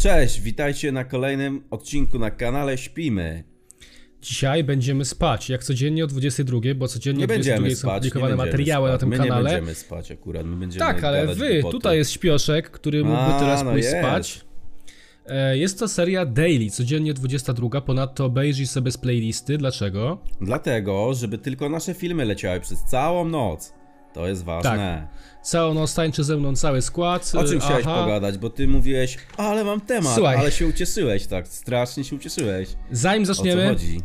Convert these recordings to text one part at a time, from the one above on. Cześć, witajcie na kolejnym odcinku na kanale Śpimy. Dzisiaj będziemy spać, jak codziennie o 22, bo codziennie Nie o 22 będziemy są spać. Nie publikowane będziemy materiały spać. na tym my kanale. Nie będziemy spać akurat, my będziemy Tak, ale gadać wy, głupoty. tutaj jest śpioszek, który mógłby A, teraz no pójść jest. spać. E, Jest to seria Daily, codziennie 22, ponadto obejrzyj sobie z playlisty. Dlaczego? Dlatego, żeby tylko nasze filmy leciały przez całą noc. To jest ważne. Całą noc tańczy ze mną cały skład. O czym e, chciałeś Tak. aha. pogadać, bo ty mówiłeś, ale mam temat, Słuchaj. ale się ucieszyłeś, tak, strasznie się ucieszyłeś. Zanim O co zaczniemy, chodzi?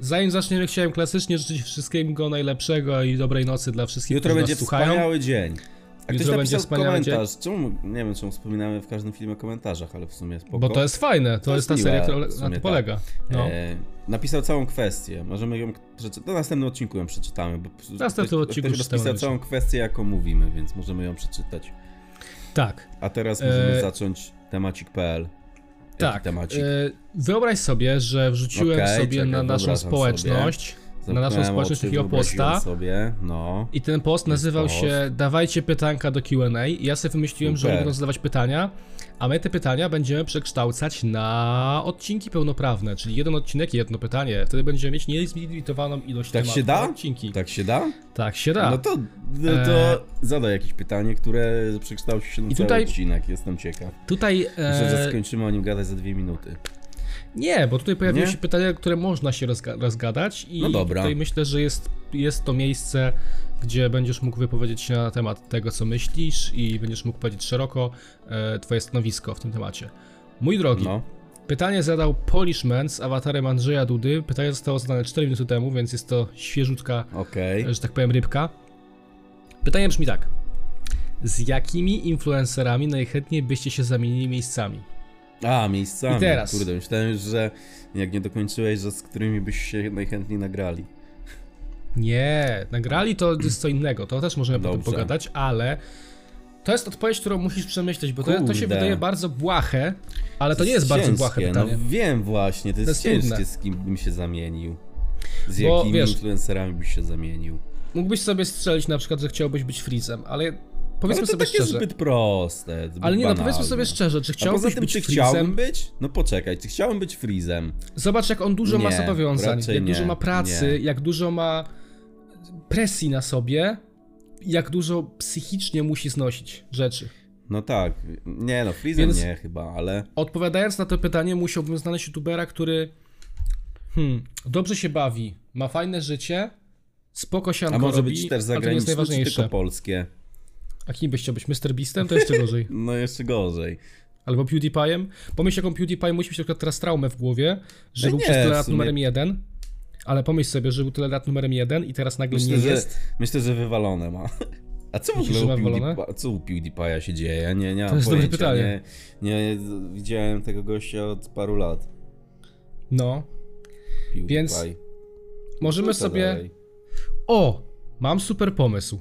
zanim zaczniemy, chciałem klasycznie życzyć wszystkiego najlepszego i dobrej nocy dla wszystkich, Jutro którzy będzie nas słuchają. wspaniały dzień. A ktoś Jutro będzie napisał wspaniały komentarz, czemu, nie wiem czemu wspominamy w każdym filmie o komentarzach, ale w sumie spoko. Bo to jest fajne, jest to, jest ta miłe, seria, która w na sumie to tak. polega. No. E, napisał całą kwestię. Możemy ją. przeczy- Do następnego odcinku ją przeczytamy. Bo następnym ktoś- odcinku Ktoś przeczytamy napisał na całą kwestię, jaką mówimy, więc możemy ją przeczytać. Tak. A teraz możemy E, zacząć temacik.pl. Jaki Tak. Temacik. e, Wyobraź sobie, że wrzuciłem Okej, sobie czekaj, na naszą wyobrażam społeczność, na Zamknąłem naszą społeczność oczy, takiego wyobraziłem posta sobie, no. i ten post nazywał post. się Dawajcie pytanka do QA. I ja sobie wymyśliłem, że Super. oni będą zadawać pytania, a my te pytania będziemy przekształcać na odcinki pełnoprawne, czyli jeden odcinek, jedno pytanie. Wtedy będziemy mieć niezlimitowaną ilość Tak tematów się da? na odcinki. Tak. Tak się da? się da. No to, no to zadaj jakieś pytanie, które przekształci się na I cały tutaj- odcinek. Jestem ciekaw. Tutaj. Myślę, że E, skończymy o nim gadać za dwie minuty. Nie, bo tutaj pojawiły Nie? się pytania, które można się rozga- rozgadać i No dobra. tutaj myślę, że jest, jest to miejsce, gdzie będziesz mógł wypowiedzieć się na temat tego, co myślisz i będziesz mógł powiedzieć szeroko e, twoje stanowisko w tym temacie. Mój drogi, No. pytanie zadał Polishman z awatarem Andrzeja Dudy. Pytanie zostało zadane 4 minuty temu, więc jest to świeżutka, Okej. e, że tak powiem, rybka. Pytanie brzmi tak. Z jakimi influencerami najchętniej byście się zamienili miejscami? A, miejscami. I teraz. Kurde, myślałem już, że jak nie dokończyłeś, że z którymi byś się najchętniej nagrali. Nie, nagrali to jest co innego, to też możemy Dobrze. potem pogadać, ale to jest odpowiedź, którą musisz przemyśleć, bo to, to się Kurde. wydaje bardzo błahe, ale to, nie jest bardzo ciężkie, błahe pytanie. No wiem właśnie, to jest, jest ciężkie, trudne. z kim bym się zamienił. Z Bo, jakimi wiesz- influencerami byś się zamienił. Mógłbyś sobie strzelić na przykład, że chciałbyś być Freezem, ale Ale powiedzmy to sobie takie szczerze. zbyt proste. Zbyt Ale nie, no banalne. powiedzmy sobie szczerze, czy A poza chciałbyś tym, być czy Freezem? chciałbym być? No poczekaj, czy chciałem być Freezem? Zobacz, jak on dużo ma Nie, zobowiązań, raczej jak nie, dużo ma pracy, nie. jak dużo ma presji na sobie, jak dużo psychicznie musi znosić rzeczy. No tak. Nie no, Freezem Więc- nie chyba, ale... Odpowiadając na to pytanie, musiałbym znaleźć youtubera, który hmm, dobrze się bawi, ma fajne życie, spoko się A może robi, być też a to nie zagraniczne, czy jest tylko najważniejsze. polskie? A kim byś chciał być? Mr. Beastem? To jeszcze gorzej. No jeszcze gorzej. Albo PewDiePie'em? Pomyśl, jaką PewDiePie musi mieć na przykład teraz traumę w głowie, że No był nie, przez w tyle lat sumie. numerem jeden, ale pomyśl sobie, że był tyle lat numerem jeden i teraz nagle Myślę, nie że, jest. myślę, że wywalone ma. A co w Myślisz, ogóle u że ma wywalone? PewDiePie, co u PewDiePie'a się dzieje? Ja Nie, nie mam To jest dobre pojęcia. pytanie. Nie, nie z- widziałem tego gościa od paru lat. No, PewDiePie. Więc możemy Wrzucę sobie... No dalej. O, mam super pomysł.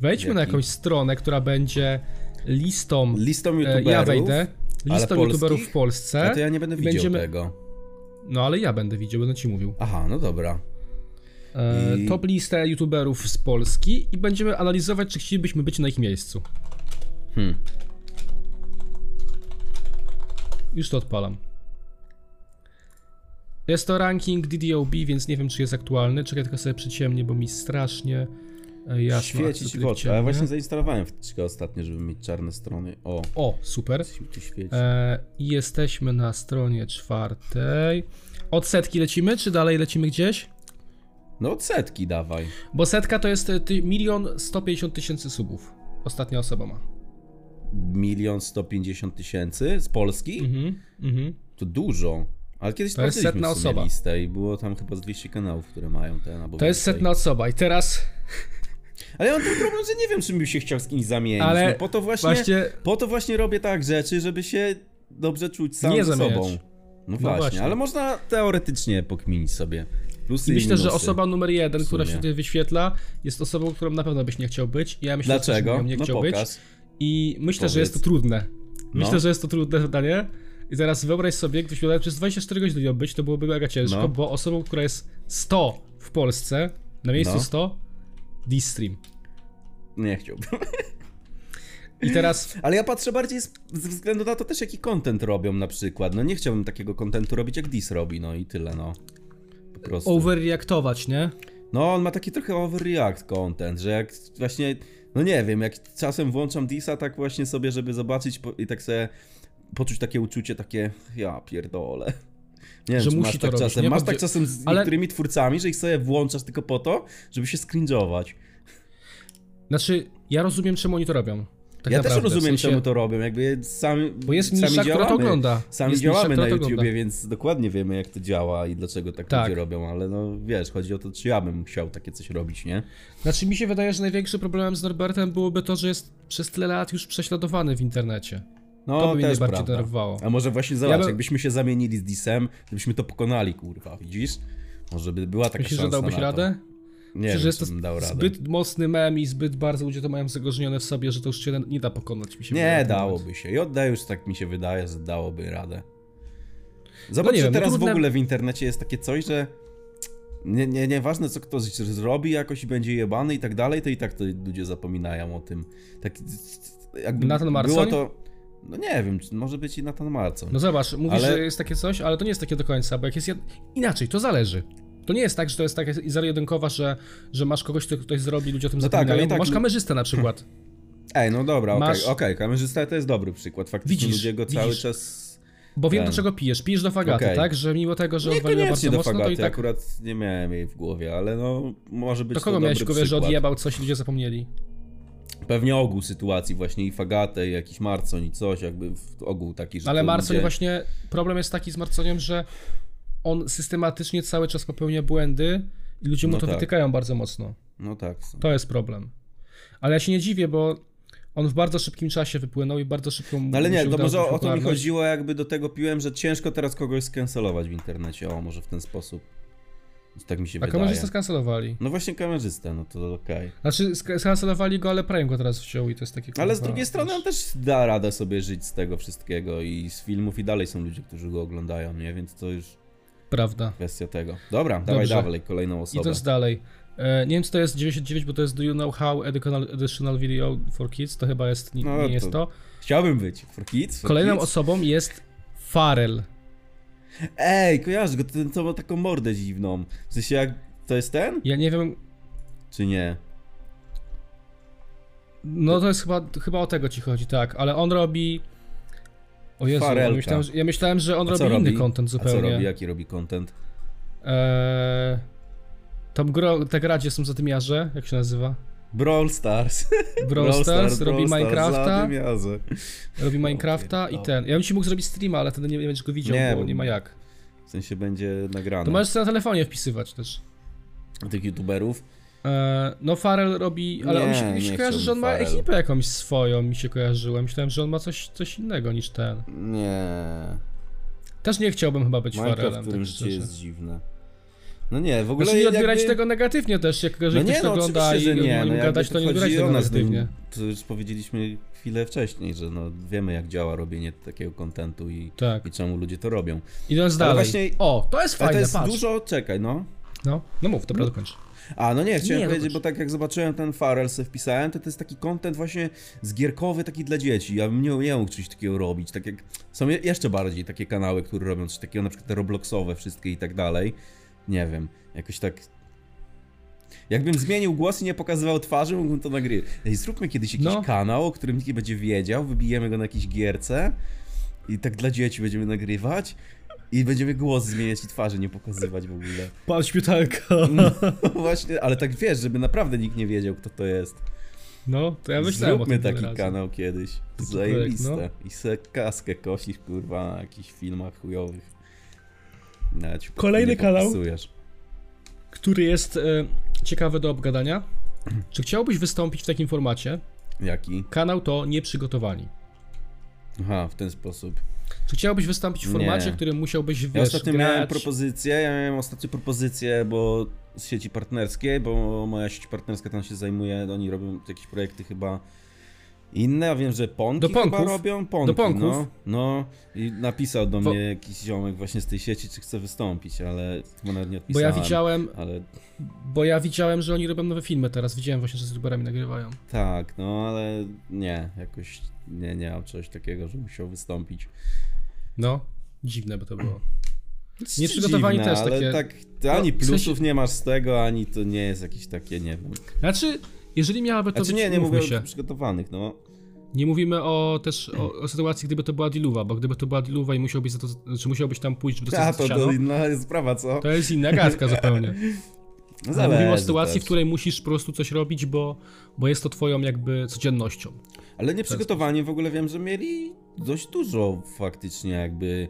Wejdźmy na Jaki? jakąś stronę, która będzie listą Listą E, youtuberów. Ja wejdę. ale Listą polskich? youtuberów w Polsce. No to ja nie będę i widział będziemy... tego. No ale ja będę widział, będę ci mówił. Aha, no dobra. E, I- Top listę youtuberów z Polski i będziemy analizować, czy chcielibyśmy być na ich miejscu. Hmm. Już to odpalam. Jest to ranking DDOB, więc nie wiem, czy jest aktualny. Czekaj, tylko sobie przyciemnię, bo mi strasznie e, jasno. Świeci akcent ci w oczy. przyciemnię. A ja właśnie zainstalowałem wtyczkę ostatnio, żeby mieć czarne strony. O, O, super. tu świeci. E, I jesteśmy na stronie czwartej. Od setki lecimy, czy dalej lecimy gdzieś? No od setki dawaj. Bo setka to jest e, ty, milion 150 tysięcy subów. Ostatnia osoba ma. Milion sto pięćdziesiąt tysięcy z Polski? Mhm, mhm. To dużo. Ale kiedyś To jest sprawdziliśmy setna w sumie osoba. listę i było tam chyba z 200 kanałów, które mają ten albo To jest więcej. setna osoba i teraz Ale ja mam ten problem, że nie wiem, czym bym się chciał z kimś zamienić. Ale no, po to właśnie, właśnie... Po to właśnie robię tak rzeczy, żeby się dobrze czuć sam Nie ze zamieniać. sobą. No właśnie, właśnie. ale można teoretycznie pokminić sobie. Plusy I i myślę, minusy. że osoba numer jeden, w która się sumie. tutaj wyświetla, jest osobą, którą na pewno byś nie chciał być. Ja myślę, że Dlaczego? bym nie no chciał być. pokaż. I myślę, że jest to Powiedz. trudne. No. Myślę, że jest to trudne zadanie. I teraz wyobraź sobie, gdybyś miał przez 24 godziny ją być, to byłoby mega ciężko, No. bo osobą, która jest 100 w Polsce, na miejscu No. 100, D-Stream. Nie chciałbym. I teraz Ale ja patrzę bardziej z, ze względu na to też, jaki content robią na przykład. No nie chciałbym takiego contentu robić, jak Dis robi, no i tyle, no. Po prostu. overreaktować, nie? No, on ma taki trochę overreact content, że jak właśnie, no nie wiem, jak czasem włączam Disa tak właśnie sobie, żeby zobaczyć po, i tak sobie poczuć takie uczucie takie, ja pierdolę. Nie wiem, Że czy musi masz to tak robić, czasem, nie? masz Bo tak wie- czasem z ale- niektórymi twórcami, że ich sobie włączasz tylko po to, żeby się skringować. Znaczy, ja rozumiem, czemu oni to robią. Tak ja naprawdę, też rozumiem, w sensie, czemu to robią, jakby sami Bo jest sami nisza, która działamy. to ogląda. Sami jest działamy która na to YouTubie, ogląda. więc dokładnie wiemy, jak to działa i dlaczego tak, Tak. ludzie robią, ale no wiesz, chodzi o to, czy ja bym chciał takie coś robić, nie? Znaczy, mi się wydaje, że największym problemem z Norbertem byłoby to, że jest przez tyle lat już prześladowany w internecie. No, To by mnie też najbardziej prawda. denerwowało. A może właśnie zobacz, bym- jakbyśmy się zamienili z Disem, gdybyśmy to pokonali, kurwa, widzisz? Może by była taka Myślisz, szansa że dałbyś na to. radę? Nie Myślę, wiem, że jest to czy bym dał radę. zbyt mocny mem i zbyt bardzo ludzie to mają zagorzenione w sobie, że to już się nie da pokonać. Mi się Nie, wydaje na ten moment. dałoby się. I oddaję już, tak mi się wydaje, że dałoby radę. Zobacz, nie że wiem, no teraz w trudne- ogóle w internecie jest takie coś, że nie, nie, nieważne co kto z- zrobi, jakoś będzie jebany i tak dalej, to i tak to ludzie zapominają o tym. Tak jakby Nathan było Marcoń? to... No nie wiem, czy może być i Nathan Marcon. No zobacz, mówisz, Ale- że jest takie coś, ale to nie jest takie do końca, bo jak jest jed... Inaczej, to zależy. To nie jest tak, że to jest taka zero-jedynkowa, że, że masz kogoś, kto ktoś zrobi, ludzie o tym No tak, zapominają, ale i bo tak- masz kamerzystę na przykład. Ej, no dobra, okej, Masz- okej, kamerzysta to jest dobry przykład. Faktycznie Widzisz, ludzie go cały widzisz. czas Bo wiem, Ten. do czego pijesz. Pijesz do fagaty, Okej. tak? Że mimo tego, że odwaliło Niekoniecznie bardzo do mocno, fagaty, to i tak... akurat nie miałem jej w głowie, ale no może być Do to, kogo dobry miałeś w głowie, że przykład. odjebał coś i ludzie zapomnieli? Pewnie ogół sytuacji właśnie i fagatę, i jakiś Marcon i coś, jakby w ogół taki, że No, Ale to Marcon ludzie- właśnie... Problem jest taki z Marconiem, że on systematycznie cały czas popełnia błędy i ludzie mu No to tak. wytykają bardzo mocno. No tak. To jest problem. Ale ja się nie dziwię, bo on w bardzo szybkim czasie wypłynął i bardzo szybko mu No ale nie, się to udało może zdobyć o to mi popularność. chodziło, jakby do tego piłem, że ciężko teraz kogoś skancelować w internecie, o może w ten sposób. Tak mi się A wydaje. kamerzystę skancelowali. No właśnie kamerzystę, no to okej. Znaczy, sk- skancelowali go, ale Prime go teraz wziął i to jest takie... Ale z kurwa, drugiej strony on też da radę sobie żyć z tego wszystkiego i z filmów i dalej są ludzie, którzy go oglądają, nie? Więc to już Prawda. Kwestia tego. Dobra, dawaj Dobrze. dalej kolejną osobę. Idąc dalej. E, nie wiem, czy to jest 99, bo to jest Do You Know How Educational Additional Video for Kids. To chyba jest, nie, No, nie to- jest to. Chciałbym być. For kids? For Kolejną kids? osobą jest Farel. Ej, kojarz go, ten co ma taką mordę dziwną. W sensie jak... To jest ten? Ja nie wiem, Czy nie? no to jest chyba, chyba o tego ci chodzi, tak, ale on robi. O Jezu, ja Farelka. myślałem, że, ja myślałem, że on A robi co inny robi? content A co zupełnie. robi? Jaki robi content? Eee, tam gro, te gradzie są zadymiarze, jak się nazywa? Brawl Stars. Brawl Stars, Brawl robi Stars, Minecrafta, zadymiarze. robi Minecrafta i pierdolę. ten. Ja bym ci mógł zrobić streama, ale wtedy nie będziesz go widział, no. Nie, bo bo- nie ma jak. W sensie będzie nagrane. To możesz sobie na telefonie wpisywać też. Tych youtuberów. E, No Farel robi, ale Nie, on mi się, mi się nie kojarzy, chciałbym że on ma Farel. ekipę jakąś swoją, mi się kojarzyło. Myślałem, że on ma coś, coś innego niż ten. Nie. Też nie chciałbym chyba być Minecraft w Farelem, którym tak życie szczerze. jest dziwne. No nie, w ogóle Znaczy nie odbierać jakby... tego negatywnie też, jak jeżeli ktoś to ogląda i oczywiście, nie, no nim jakby gadać, to nie odbierać chodzi o tego nas, negatywnie. no, To już powiedzieliśmy chwilę wcześniej, że no wiemy jak działa robienie takiego kontentu i, Tak. i czemu ludzie to robią. Idąc dalej. właśnie- O, to jest Ale fajne, to jest patrz. dużo, czekaj no. No, no mów, dobra, dokończ. A no nie, chciałem Nie, powiedzieć, bo zobacz. tak jak zobaczyłem ten Farel, se wpisałem, to to jest taki kontent właśnie zgierkowy, taki dla dzieci. Ja bym nie, nie mógł coś takiego robić, tak jak są je- jeszcze bardziej takie kanały, które robią coś takiego, na przykład te Robloxowe wszystkie i tak dalej. Nie wiem, jakoś tak... Jakbym zmienił głos i nie pokazywał twarzy, mógłbym to nagrywać. Ej, zróbmy kiedyś jakiś No. kanał, o którym nikt nie będzie wiedział, wybijemy go na jakiejś gierce i tak dla dzieci będziemy nagrywać i będziemy głos zmieniać i twarzy nie pokazywać w ogóle. Pan śmietanka. No Właśnie, ale tak wiesz, żeby naprawdę nikt nie wiedział, kto to jest. No, to ja myślałem o Zróbmy tym taki razem. kanał kiedyś. Taki Zajebiste. projekt, no. I se kaskę kosisz, kurwa, na jakichś filmach chujowych. Nawet się Kolejny nie kanał. popisujesz. Który jest e, ciekawy do obgadania. Czy chciałbyś wystąpić w takim formacie? Jaki? Kanał to nieprzygotowani. Aha, w ten sposób. Czy chciałbyś wystąpić w Nie. formacie, którym musiałbyś Ja wiesz, ostatnio grać? miałem propozycję, ja miałem ostatnio propozycję, bo z sieci partnerskiej, bo moja sieć partnerska tam się zajmuje, oni robią jakieś projekty chyba Inne, a wiem, że ponki Do chyba pąków. robią. Ponki, Do pąków. No, no i napisał do Bo- mnie jakiś ziomek właśnie z tej sieci, czy chce wystąpić, ale chyba nawet nie Bo odpisałem. ja widziałem, Ale bo ja widziałem, że oni robią nowe filmy teraz. Widziałem właśnie, że z youtuberami nagrywają. tak, no ale nie, jakoś nie, nie mam czegoś takiego, że musiał wystąpić. No, dziwne by to było. Nic Nieprzygotowani dziwne, też ale takie- tak, No, ani w sensie- plusów nie masz z tego, ani to nie jest jakieś takie, nie wiem. Znaczy, jeżeli miałaby to Znaczy być, nie, nie mówię mówmy się. o przygotowanych, no. Nie mówimy o, też o, o sytuacji, gdyby to była diluwa, bo gdyby to była diluwa i musiałbyś, za to, znaczy musiałbyś tam pójść, żeby A, dostać to to, do, inna jest sprawa, co? to jest inna gadka zupełnie. No, Ale mówimy o zależy sytuacji, też. w której musisz po prostu coś robić, bo, bo jest to twoją jakby codziennością. Ale nieprzygotowani w ogóle wiem, że mieli dość dużo faktycznie jakby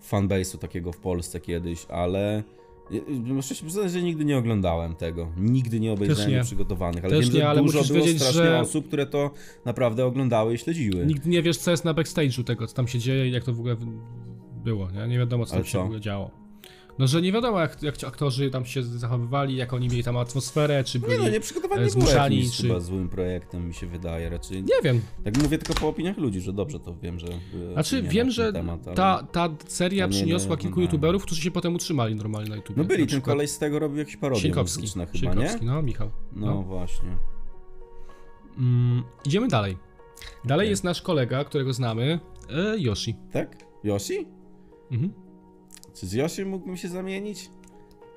fanbase'u takiego w Polsce kiedyś, ale y- y, muszę się przyznać, że nigdy nie oglądałem tego. Nigdy nie obejrzałem nie. nieprzygotowanych, ale Też wiem, że nie, ale dużo musisz było wiedzieć, strasznie że- osób, które to naprawdę oglądały i śledziły. Nigdy nie wiesz, co jest na backstage'u tego, co tam się dzieje i jak to w ogóle w- było, nie? Nie wiadomo, co Ale tam się co? w ogóle działo. No, że nie wiadomo, jak, jak ci aktorzy tam się zachowywali, jak oni mieli tam atmosferę, czy byli... Nie no, nie... nieprzygotowani e, nie było zmuszani, jakimś czy- chyba złym projektem, mi się wydaje raczej. wiem. Tak mówię tylko po opiniach ludzi, że dobrze to wiem, że... były Znaczy, opinie na wiem, ten że temat, ale- ta, ta seria ale nie, nie przyniosła kilku oglądałem. youtuberów, którzy się potem utrzymali normalnie na YouTube. No byli, ten koleś z tego robił jakieś parodie Sienkowski. muzyczne chyba, nie? Sienkowski, no, Michał. No, No. właśnie. Mm, idziemy dalej. Dalej Okej. jest nasz kolega, którego znamy, e, Yoshi. Tak? Yoshi? Mhm. Czy z Yoshi mógłbym się zamienić?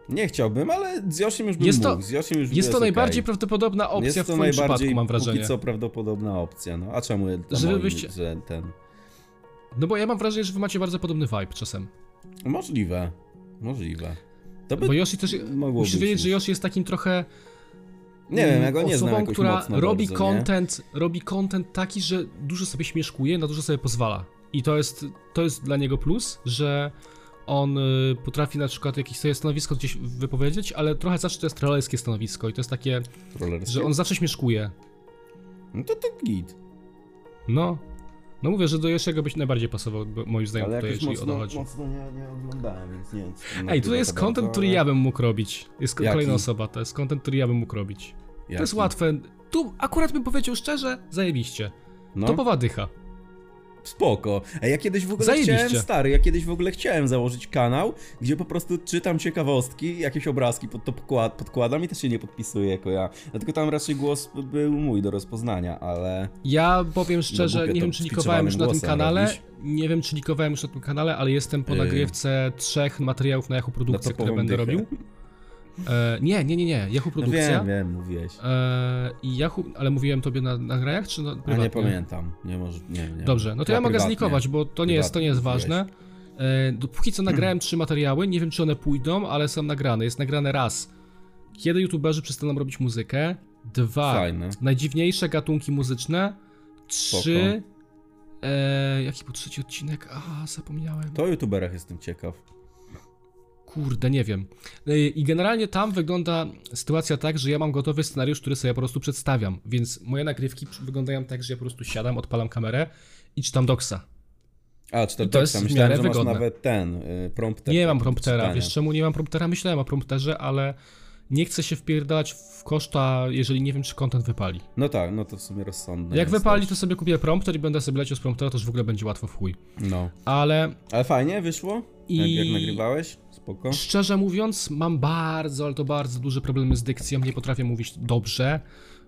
Nie chciałbym, ale z Yoshi już bym Jest to- mógł. Z Yoshim już Jest to okej. najbardziej prawdopodobna opcja Jest w to twoim najbardziej przypadku, mam wrażenie. Póki co prawdopodobna opcja, no. A czemu to Żeby moim, wyście- że ten... No bo ja mam wrażenie, że wy macie bardzo podobny vibe czasem. Możliwe. Możliwe. To by... Bo Yoshi też. mogło Musisz być wiedzieć, już. że Yoshi jest takim trochę. mm, Nie wiem, ja go nie osobą, znam jakoś która mocno robi bardzo, nie? content, robi content taki, że dużo sobie śmieszkuje, na dużo sobie pozwala. I to jest, to jest dla niego plus, że on y, potrafi na przykład jakieś swoje stanowisko gdzieś wypowiedzieć, ale trochę zawsze to jest trollerskie stanowisko i to jest takie, Rollerskie? że on zawsze śmieszkuje. No to to git. No. No mówię, że do Yoshiego byś najbardziej pasował, bo- moim zdaniem, Ale tutaj, jakoś jeżeli o to mocno, chodzi. mocno nie, nie oglądałem, więc nie wiem. co to Ej, nagrywa tutaj jest to bardzo, content, który ale- ja bym mógł robić. Jest Jaki? kolejna osoba, to jest content, który ja bym mógł robić. To jest Jaki? łatwe. Tu akurat bym powiedział szczerze, zajebiście. No. To powadycha. Spoko. A ja kiedyś w ogóle Zajebiście. chciałem, stary, ja kiedyś w ogóle chciałem założyć kanał, gdzie po prostu czytam ciekawostki, jakieś obrazki pod to podkład, podkładam i też się nie podpisuję jako ja. Dlatego tam raczej głos był mój do rozpoznania, ale... Ja powiem szczerze, głupio No nie to wiem czy likowałem już na tym spiczowanym kanale. głosem Nie wiem czy likowałem już na tym kanale, ale jestem po Yy. nagrywce trzech materiałów na Yahoo Produkcje, które topową będę No dychę. robił. E, nie, nie, nie, nie. Yahoo No Produkcja. wiem, wiem, mówiłeś. E, I Yahoo, ale mówiłem tobie na nagrajach czy na A prywatnie? nie pamiętam, nie może, nie, nie. Dobrze, no to ja, mogę prywatnie. zlikować, bo to nie jest, to nie jest Prywatnie ważne. E, Dopóki co nagrałem trzy materiały, nie wiem czy one pójdą, ale są nagrane. Jest nagrane raz, kiedy youtuberzy przestaną robić muzykę. Dwa, Fajne. najdziwniejsze gatunki muzyczne. Trzy, e, jaki był trzeci odcinek? A, zapomniałem. To o youtuberach jestem ciekaw. Kurde, nie wiem. E, I generalnie tam wygląda sytuacja tak, że ja mam gotowy scenariusz, który sobie po prostu przedstawiam. Więc moje nagrywki przy- wyglądają tak, że ja po prostu siadam, odpalam kamerę i czytam doksa. A, czy to, I to tak, jest w myślałem, miarę że masz wygodne. nawet ten, y, prompter. Nie do mam promptera. czytania. Wiesz czemu nie mam promptera? Myślałem o prompterze, ale nie chcę się wpierdalać w koszta, jeżeli nie wiem, czy kontent wypali. No tak, no to w sumie rozsądne. Jak jest wypali, też. to sobie kupię prompter i będę sobie leciał z promptera, to już w ogóle będzie łatwo w chuj. No. Ale Ale fajnie wyszło? Jak, I- jak nagrywałeś? Spoko. szczerze mówiąc, mam bardzo, ale to bardzo duże problemy z dykcją. Nie potrafię mówić dobrze,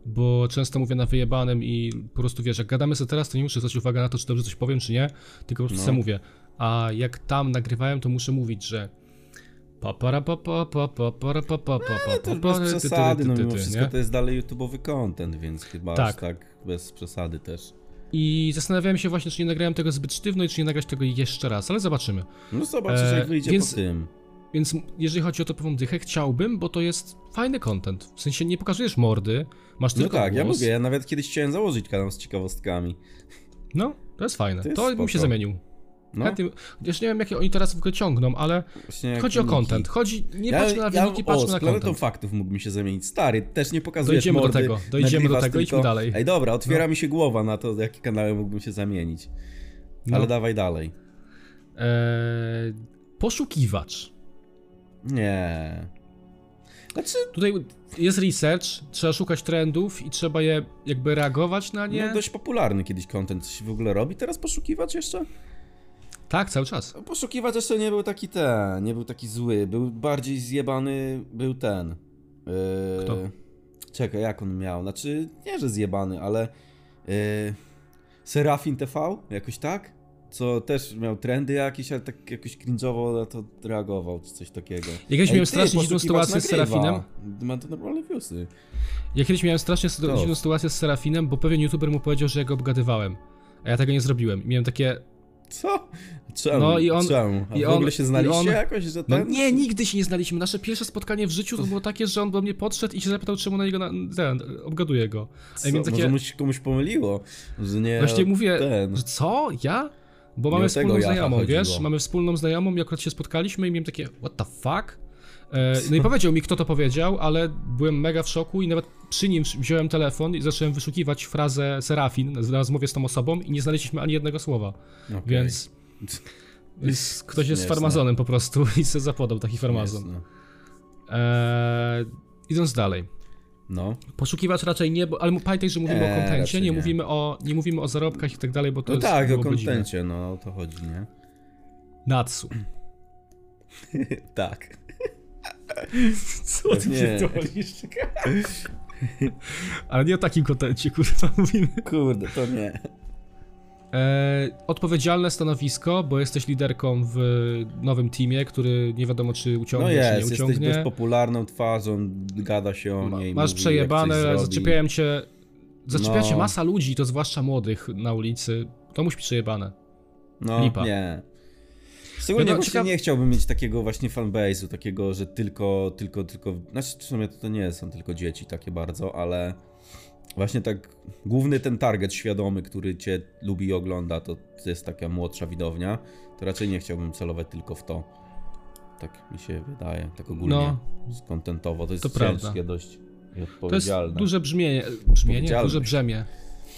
bo często mówię na wyjebanym i po prostu wiesz, jak gadamy sobie teraz, to nie muszę zwracać uwagi na to, czy dobrze coś powiem, czy nie, tylko po prostu No. sobie mówię. A jak tam nagrywałem, to muszę mówić, że. Pa, para, pa, pa, pa, pa, para, pa, pa, pa, pa, No, To pa, już pa, ty, bez ty, ty, przesady, ty, no ty, mimo ty, wszystko nie? to jest dalej YouTube'owy content, więc chyba Tak. tak. aż tak bez przesady też. I zastanawiałem się właśnie, czy nie nagrałem tego zbyt sztywno i czy nie nagrać tego jeszcze raz, ale zobaczymy. No zobaczysz E, jak wyjdzie więc- po tym. Więc m- jeżeli chodzi o topową dychę, chciałbym, bo to jest fajny content. W sensie nie pokazujesz mordy, masz No tylko tak, ja głos. mówię, ja nawet kiedyś chciałem założyć kanał z ciekawostkami. No, to jest fajne. To To, jest bym się spoko. zamienił. No, Chętnie, chociaż nie wiem, jakie oni teraz w ogóle ciągną, ale właśnie jak chodzi o wyniki. content. Chodzi, nie patrzmy na wyniki, o, patrzmy z na planetą content. faktów mógłbym się zamienić. Stary, też nie pokazujesz Dojdziemy do mordy, tego, dojdziemy do nagrywasz tego, idźmy tylko... dalej. No. Ej, dobra, otwiera mi się głowa na to, jakie kanały mógłbym się zamienić. Ale No. dawaj dalej. Eee, poszukiwacz. Nie. Znaczy, Tutaj jest research, trzeba szukać trendów i trzeba je jakby reagować na nie. no, dość popularny kiedyś content się w ogóle robi. Teraz poszukiwać jeszcze? Tak, cały czas. No, Poszukiwać jeszcze nie był taki ten, nie był taki zły. Był bardziej zjebany, był ten. Yy, Kto? Czekaj, jak on miał? Znaczy, nie, że zjebany, ale. Yy, Serafin TV? Jakoś tak? Co też miał trendy jakieś, ale tak jakoś cringe'owo na to reagował, czy coś takiego. Jakieś Ej, ty, miałem strasznie dziwną poszukiwać sytuację z nagrywa. Serafinem. Ma to normalne wiosy. Ja kiedyś miałem strasznie stu- To. dziwną sytuację z Serafinem, bo pewien youtuber mu powiedział, że ja go obgadywałem. A ja tego nie zrobiłem. I miałem takie. Co? Czemu? No i on- Czemu? A i w on- ogóle się znaliście i on- jakoś, że No, ten? nie, nigdy się nie znaliśmy. Nasze pierwsze spotkanie w życiu to było takie, że on do mnie podszedł i się zapytał, czemu na niego. Na... Ten, obgaduję go. Co? Ej, więc takie- Może mu się komuś pomyliło, że nie... no Właśnie mówię, ten. że co? Ja? Bo Nie mamy o tego wspólną jacha znajomą, chodziło. wiesz? Mamy wspólną znajomą i akurat się spotkaliśmy i miałem takie, what the fuck? E, No i powiedział mi, kto to powiedział, ale byłem mega w szoku i nawet przy nim wziąłem telefon i zacząłem wyszukiwać frazę Serafin na rozmowie z tą osobą i nie znaleźliśmy ani jednego słowa, Okej. więc... Więc ktoś jest Śmieszne. farmazonem po prostu i se zapodał taki farmazon. Jasne. E, idąc dalej. No. Poszukiwać raczej nie, bo, ale mu- pamiętaj, że mówimy Eee, o kontencie, raczej nie, nie. Mówimy o, nie mówimy o zarobkach i tak dalej, bo to No jest tak, o byłoby dziwne. kontencie, no o to chodzi, nie? Natsu. tak. Co ty Nie. pierdolisz? Ale nie o takim kontencie, kurwa, mówimy. Kurde, to nie. E, odpowiedzialne stanowisko, bo jesteś liderką w nowym teamie, który nie wiadomo, czy No uciągnie, jest, czy nie jesteś uciągnie. dość popularną twarzą, gada się o Ma- niej. Masz mówi, jak coś przejebane, znaczy, zrobi. zaczepiają cię... Zaczepia cię No. masa ludzi, to zwłaszcza młodych na ulicy. To musi być przejebane. No, Lipa. nie. Szczególnie No, no, właśnie ciekaw- nie chciałbym mieć takiego właśnie fanbase'u, takiego, że tylko, tylko, tylko, znaczy w sumie to, to nie są tylko dzieci takie bardzo, ale właśnie tak główny ten target świadomy, który cię lubi i ogląda, to jest taka młodsza widownia, to raczej nie chciałbym celować tylko w to. Tak mi się wydaje, tak ogólnie, No. no, kontentowo, to jest To ciężkie prawda. dość i To jest odpowiedzialne. duże brzmienie, brzmienie? duże Odpowiedzialność. brzemię.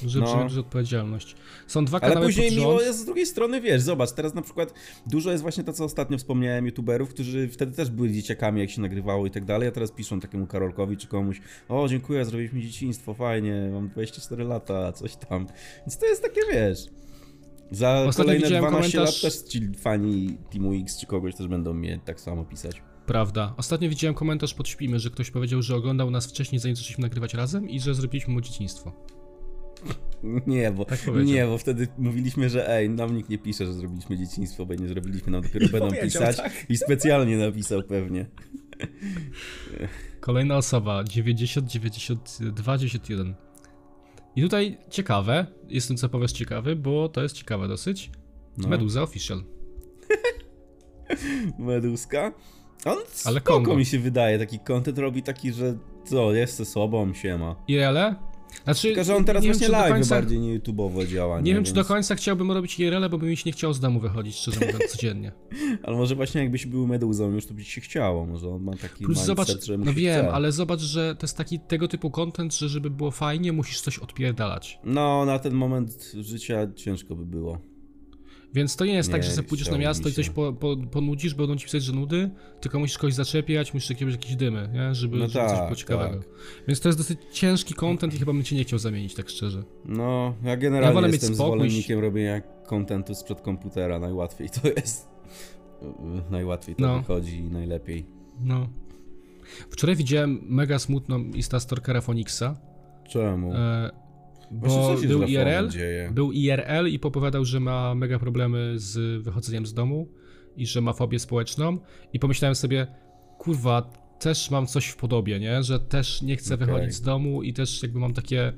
Duże No. brzemię, duża odpowiedzialność. Są dwa Ale kanały później pod miło rząd. jest z drugiej strony, wiesz, zobacz, teraz na przykład dużo jest właśnie to, co ostatnio wspomniałem, youtuberów, którzy wtedy też byli dzieciakami, jak się nagrywało i tak dalej, a teraz piszą takiemu Karolkowi czy komuś, o, dziękuję, zrobiliśmy dzieciństwo, fajnie, mam 24 lata, coś tam. Więc to jest takie, wiesz, za Ostatnio kolejne widziałem 12 komentarz- lat też ci fani Teamu X czy kogoś też będą mnie tak samo pisać. Prawda. Ostatnio widziałem komentarz pod śpimy, że ktoś powiedział, że oglądał nas wcześniej, zanim zaczęliśmy nagrywać razem i że zrobiliśmy mu dzieciństwo. Nie, bo, Tak powiedział. nie, bo wtedy mówiliśmy, że ej, nam nikt nie pisze, że zrobiliśmy dzieciństwo, bo nie zrobiliśmy, nam dopiero będą powiedział, pisać tak. i specjalnie napisał pewnie. Kolejna osoba, 90, 92, 91. I tutaj ciekawe, jestem co powiesz ciekawy, bo to jest ciekawe dosyć. No. Meduza Official. Meduska. On Ale Ale spoko Kongo. mi się wydaje, taki content robi taki, że co, jest ze sobą, siema. IRL? Znaczy, Tylko, że on teraz nie wiem, właśnie czy do live końca- bardziej nie YouTube'owo działa. Nie wiem, czy do Więc- końca chciałbym robić IRL, bo bym mi się nie chciał z domu wychodzić, szczerze mówiąc, codziennie. Ale może właśnie jakbyś był Meduzą, już to by ci się chciało, może on ma taki Plus mindset, zobacz, że mu no się wiem, chce. ale zobacz, że to jest taki tego typu content, że żeby było fajnie, musisz coś odpierdalać. No, na ten moment życia ciężko by było. Więc to nie jest tak, Nie, że sobie pójdziesz na chciałoby miasto i mi coś się. po, po, ponudzisz, będą ci pisać, że nudy, tylko musisz kogoś zaczepiać, musisz jakieś, jakieś dymy, nie? żeby, No żeby coś tak, było ciekawego. tak. Więc to jest dosyć ciężki content i chyba bym cię nie chciał zamienić, tak szczerze. No, ja Ja generalnie wolę mieć jestem spokój. zwolennikiem robienia kontentu sprzed komputera, najłatwiej to jest. Najłatwiej to No. wychodzi i najlepiej. No. Wczoraj widziałem mega smutną Instastorkera Phonixa, Czemu? e, Właśnie bo co się z był Rafonem IRL, dzieje? był IRL i popowiadał, że ma mega problemy z wychodzeniem z domu i że ma fobię społeczną i pomyślałem sobie, kurwa, też mam coś w podobie, nie? Że też nie chcę Okej. wychodzić z domu i też jakby mam takie...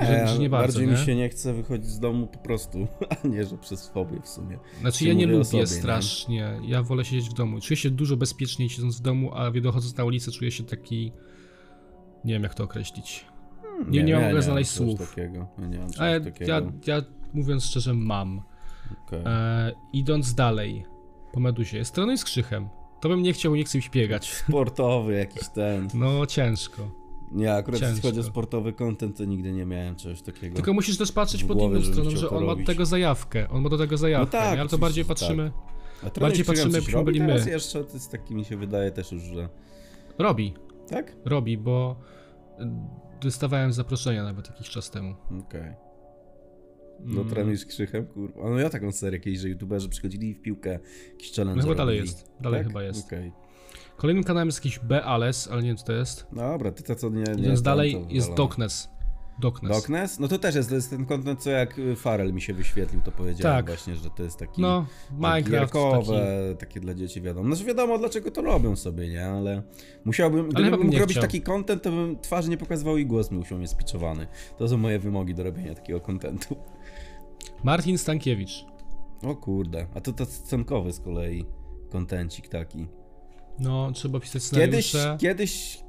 ale że, że nie bardzo, E, bardziej nie? mi się nie chce wychodzić z domu po prostu, a nie, że przez fobię w sumie. Znaczy się ja nie mówi o lubię sobie, nie? strasznie, ja wolę siedzieć w domu. Czuję się dużo bezpieczniej siedząc w domu, a dochodząc na ulicę czuję się taki... Nie wiem jak to określić. Hmm, Nie- nie ja mogę znaleźć czegoś słów. Takiego. Ja nie mam czegoś Ale takiego. ja, ja mówiąc szczerze mam. Okej. E, idąc dalej, po Meduzie, jest strony z krzychem. To bym nie chciał, nie chcę iść biegać. Sportowy jakiś ten. No ciężko. Nie, akurat jeśli Ciężko. chodzi o sportowy content, to nigdy nie miałem czegoś takiego. Tylko musisz też patrzeć W pod głowie, inną żeby stroną, chciał że to on ma do robić. tego zajawkę. On ma do tego zajawkę, tak, nie? ale to oczywiście, bardziej że tak. patrzymy. A trener Krzyżan bardziej patrzymy, coś jakbyśmy robi byli my. Teraz jeszcze to jest taki mi się wydaje też już, że Robi, Tak? robi, bo y, dostawałem zaproszenia nawet jakiś czas temu. Okej. No Mm, trenujesz krzychem, kurwa. No ja taką serię kiedyś, że youtuberzy przychodzili i w piłkę jakiś challenge No chyba dalej robili. jest, dalej Tak? chyba jest. Okej. Kolejnym kanałem jest jakiś B-Ales, ale nie wiem co to jest. Dobra, ty to co nie... nie Idąc tam, dalej to jest wywalone. Doknes. Doknes. Doknes? No to też jest, to jest ten kontent, co jak y, Farel mi się wyświetlił, to powiedziałem Tak. właśnie, że to jest taki... No, Minecraft taki. Gierkowe, takie dla dzieci wiadomo. Znaczy wiadomo dlaczego to robią sobie, nie? Ale musiałbym, chyba gdybym bym mógł nie robić chciał. taki content, to bym twarzy nie pokazywał i głos mi musiał mieć spiczowany. To są moje wymogi do robienia takiego contentu. Martin Stankiewicz. O kurde, a to to scenkowy z kolei kontencik taki. No, trzeba pisać Kiedyś, scenariusze. kiedyś,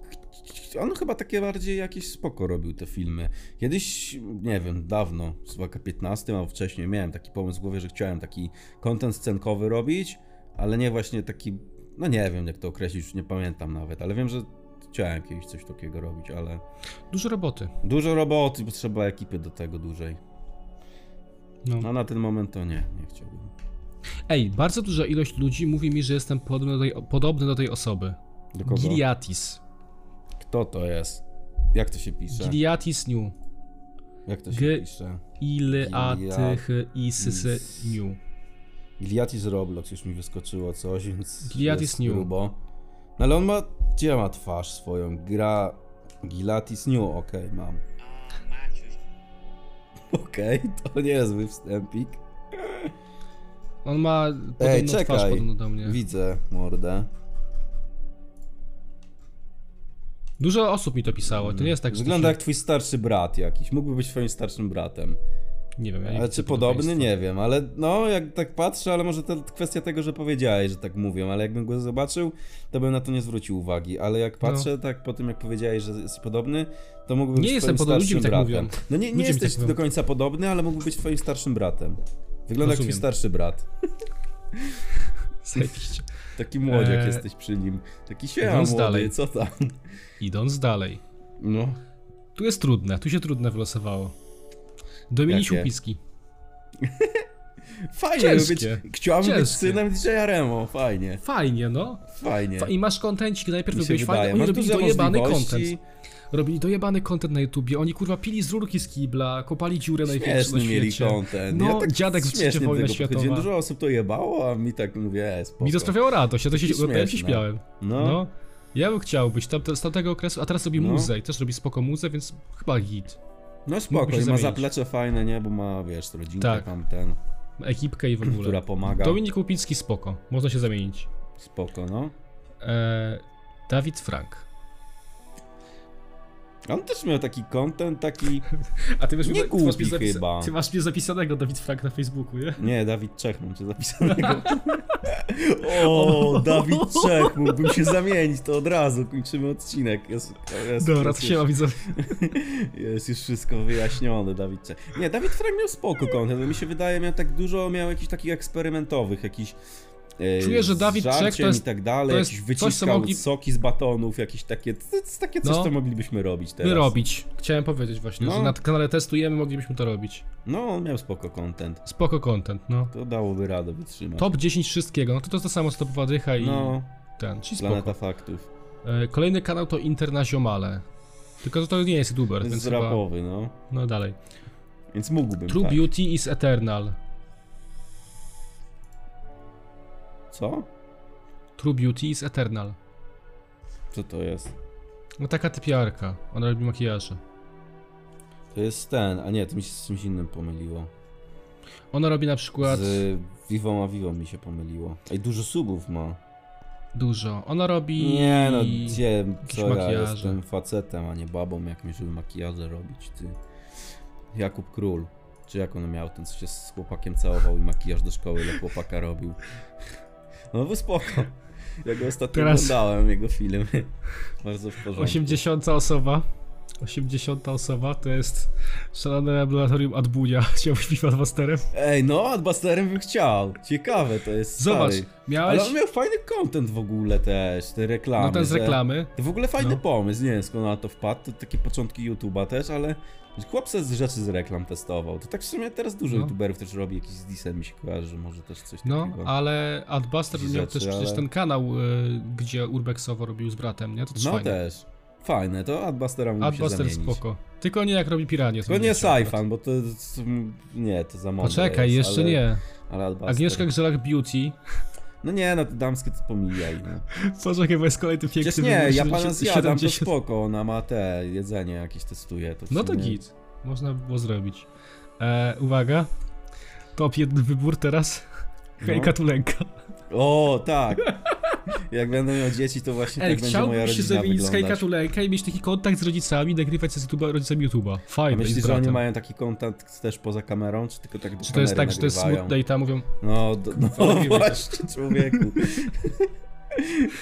on chyba takie bardziej jakieś spoko robił te filmy. Kiedyś, nie wiem, dawno, z chyba 15 albo wcześniej, miałem taki pomysł w głowie, że chciałem taki content scenkowy robić, ale nie właśnie taki, no nie wiem jak to określić, już nie pamiętam nawet, ale wiem, że chciałem kiedyś coś takiego robić, ale Dużo roboty. dużo roboty, bo trzeba ekipy do tego dłużej. No. No na ten moment to nie, nie chciałbym. Ej, bardzo duża ilość ludzi mówi mi, że jestem podobny do tej, podobny do tej osoby. Do kogo? Giliatis. Kto to jest? Jak to się pisze? Giliatis New. Jak to się Gi- pisze? Ileatych isysy Is. New. Gliatis Roblox już mi wyskoczyło coś, więc. Gliad is jest new. Grubo. No ale on ma. Gdzie ma twarz swoją? Gra. Gilatis New, okej, mam. Okej, to nie jest wstępik. On ma podobną twarz czekaj. podobną do mnie. Widzę mordę. Dużo osób mi to pisało. To nie jest tak, że to Wygląda się... jak twój starszy brat jakiś. Mógłby być twoim starszym bratem. Nie wiem, ja nie Ale widzę czy podobny? podobieństwa. Nie wiem, ale no, jak tak patrzę, ale może to kwestia tego, że powiedziałeś, że tak mówią, ale jakbym go zobaczył, to bym na to nie zwrócił uwagi, ale No. jak patrzę, tak po tym jak powiedziałeś, że jest podobny, to mógłby być jestem twoim podobny, ludzie starszym mi tak bratem. mówią. No nie, Ludzie mi nie jesteś tak mówią. do końca podobny, ale mógłby być twoim starszym bratem. Wygląda jak twój Rozumiem. starszy brat. Zajebiście. Taki młodziak Eee, jesteś przy nim. Taki się idąc młody, dalej. co tam? Idąc dalej. No. Tu jest trudne, tu się trudne wylosowało. Dominik Jakie? Upiski. Fajnie, lubię być, Ciężkie. chciałbym być Ciężkie. synem DJ Remo, fajnie, Fajnie, no. fajnie. Fa- I masz kontencik, najpierw Mi się robiłeś wydaje. fajny, oni Masz robili duże dojebany możliwości. content. Robili dojebany content na YouTubie, oni kurwa pili z rurki z kibla, kopali dziurę największą Śmieszny na mieli świecie. content. tak No, dziadek w śmiesznie III do wojna tego podchodziłem. światowa. Dużo osób to jebało, a mi tak mówię, e, spoko. Mi to sprawiało radość, ja to się Takie oglądałem się śmieszne. śmiałem. No, No. Ja bym chciał być tam, z tamtego okresu, a teraz robi No. muzej, też robi spoko muzej, więc chyba git. no mógłby spoko, się i ma zamienić. zaplecze fajne, nie? Bo ma, wiesz, rodzinkę Tak. tam ten, Ekipkę i w ogóle. która pomaga. Dominik Łupicki spoko, można się zamienić. Spoko, no. Eee, Dawid Frank. On też miał taki content, taki... A ty masz, Nie mnie- ty masz, głupi mnie, zapisa- chyba. ty masz mnie zapisanego Dawid Frank na Facebooku, nie? Nie, Dawid Czech mam cię zapisanego. o, Dawid Czech, mógłbym się zamienić, to od razu kończymy odcinek. Jest, jest, Dobra, jest, to się ma widzowie. Jest już wszystko wyjaśnione, Dawid. Cze- Nie, Dawid Frank miał spoko content, bo mi się wydaje, miał tak dużo, miał jakichś takich eksperymentowych, jakichś e, Czuję, że z Dawid Czech to żarciem jest- i tak dalej, to jest jakiś coś, co wyciskał mogli- soki z batonów, jakieś takie, to jest takie coś, No. co moglibyśmy robić teraz. My robić. Chciałem powiedzieć właśnie, No. że na kanale testujemy, moglibyśmy to robić. No, on miał spoko content. Spoko content, no. To dałoby radę wytrzymać. Top 10 wszystkiego, no to to, to samo stopowa dycha i No, ten, czyli spoko. Planeta Faktów. E, Kolejny kanał to Internaziomale. Tylko to, to nie jest To youtuber, jest więc chyba... rapowy, no. No dalej. Więc mógłbym, True tak. Beauty is Eternal. tak. Co? True Beauty is Eternal. Co to jest? No taka typiarka, ona robi makijaże. To jest ten, a nie, to mi się z czymś innym pomyliło. Ona robi na przykład Z Vivą a Vivą mi się pomyliło. Ej, dużo subów ma. dużo. Ona robi... Nie no, gdzie, co ja makijaże. jestem facetem, a nie babą, jak mi żeby makijaże robić, ty. Jakub Król. Czy jak on miał, ten co się z chłopakiem całował i makijaż do szkoły dla chłopaka robił. No był spoko. Ja go ostatnio Teraz- oglądałem, jego filmy. Bardzo w porządku. 80 osoba. 80 osoba to jest szalone laboratorium Adbunia. Chciałbyś być Adbusterem? Ej, no, Adbusterem bym chciał. Ciekawe to jest. Zobacz, Stary. miałeś Ale on miał fajny content w ogóle też, te reklamy. no ten z że- reklamy. To w ogóle fajny No. pomysł, nie wiem skąd na to wpadł, to takie początki YouTube'a też, ale chłop se z rzeczy z reklam testował. To tak w sumie teraz dużo No. YouTuberów też robi, jakiś z disem mi się kojarzy, że może też coś No, takiego. ale Adbuster Jakieś miał rzeczy, też przecież ale- ten kanał, y, gdzie Urbexowo robił z bratem, nie? To też no fajne. też. Fajne, to Adbustera mógł się Adbuster zamienić. Spoko. spoko. Tylko nie jak robi piranie. to Tylko będzie nie trzeba Saifan, bo to, to nie, to za mądre Poczekaj, jest, jeszcze ale, nie. Ale Adbuster. Agnieszka Grzelak Beauty. No nie, no to damskie to pomijaj. No. Poczekaj, bo jest kolejny piękny. Przecież nie, numer ja pana 70. zjadam, to spoko, ona ma te jedzenie jakieś testuje. To w No to sumie- git. Można by było zrobić. E, uwaga. Top jeden wybór teraz. No. Hejka Tulenka. O, tak. Jak będę miał dzieci, to właśnie Ej, tak będzie moja chciałbym się rodzina zamienić z Hejka wyglądać. Tulenka i mieć taki kontakt z rodzicami, nagrywać się z YouTube'a, rodzicami YouTube'a. A Fajne, i myślisz, z że oni bratem. mają taki kontakt też poza kamerą, czy tylko tak do Czy to jest kamery tak, że to jest nagrywają? smutne i tam mówią, No, do, no Kurwa, nie właśnie, człowieku.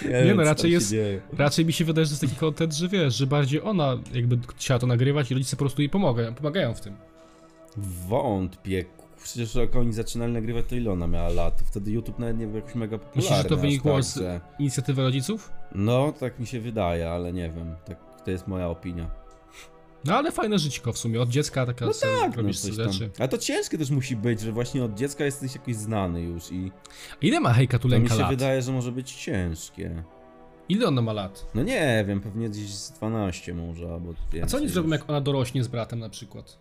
nie, wiem, no, co raczej tam się jest- dzieje. Raczej mi się wydaje, że to jest taki content, że wiesz, że bardziej ona jakby chciała to nagrywać i rodzice po prostu jej pomagają, pomagają w tym. Wątpię. Przecież jak oni zaczynali nagrywać, to ile ona miała lat? Wtedy YouTube nawet nie był jakoś mega popularny. Myślisz, że to aż wynikło tak, z- że- Inicjatywa rodziców? No, tak mi się wydaje, ale nie wiem. Tak, to jest moja opinia. No ale fajne żyćko w sumie, od dziecka taka No sobie tak, no robisz coś no, tam. rzeczy. A to ciężkie też musi być, że właśnie od dziecka jesteś jakoś znany już i Ile ma Hejka to mi Tulenka się lat? wydaje, że może być ciężkie. Ile ona ma lat? No nie wiem, pewnie gdzieś z 12 może, albo więcej. A co oni zrobią, już. jak ona dorośnie z bratem na przykład?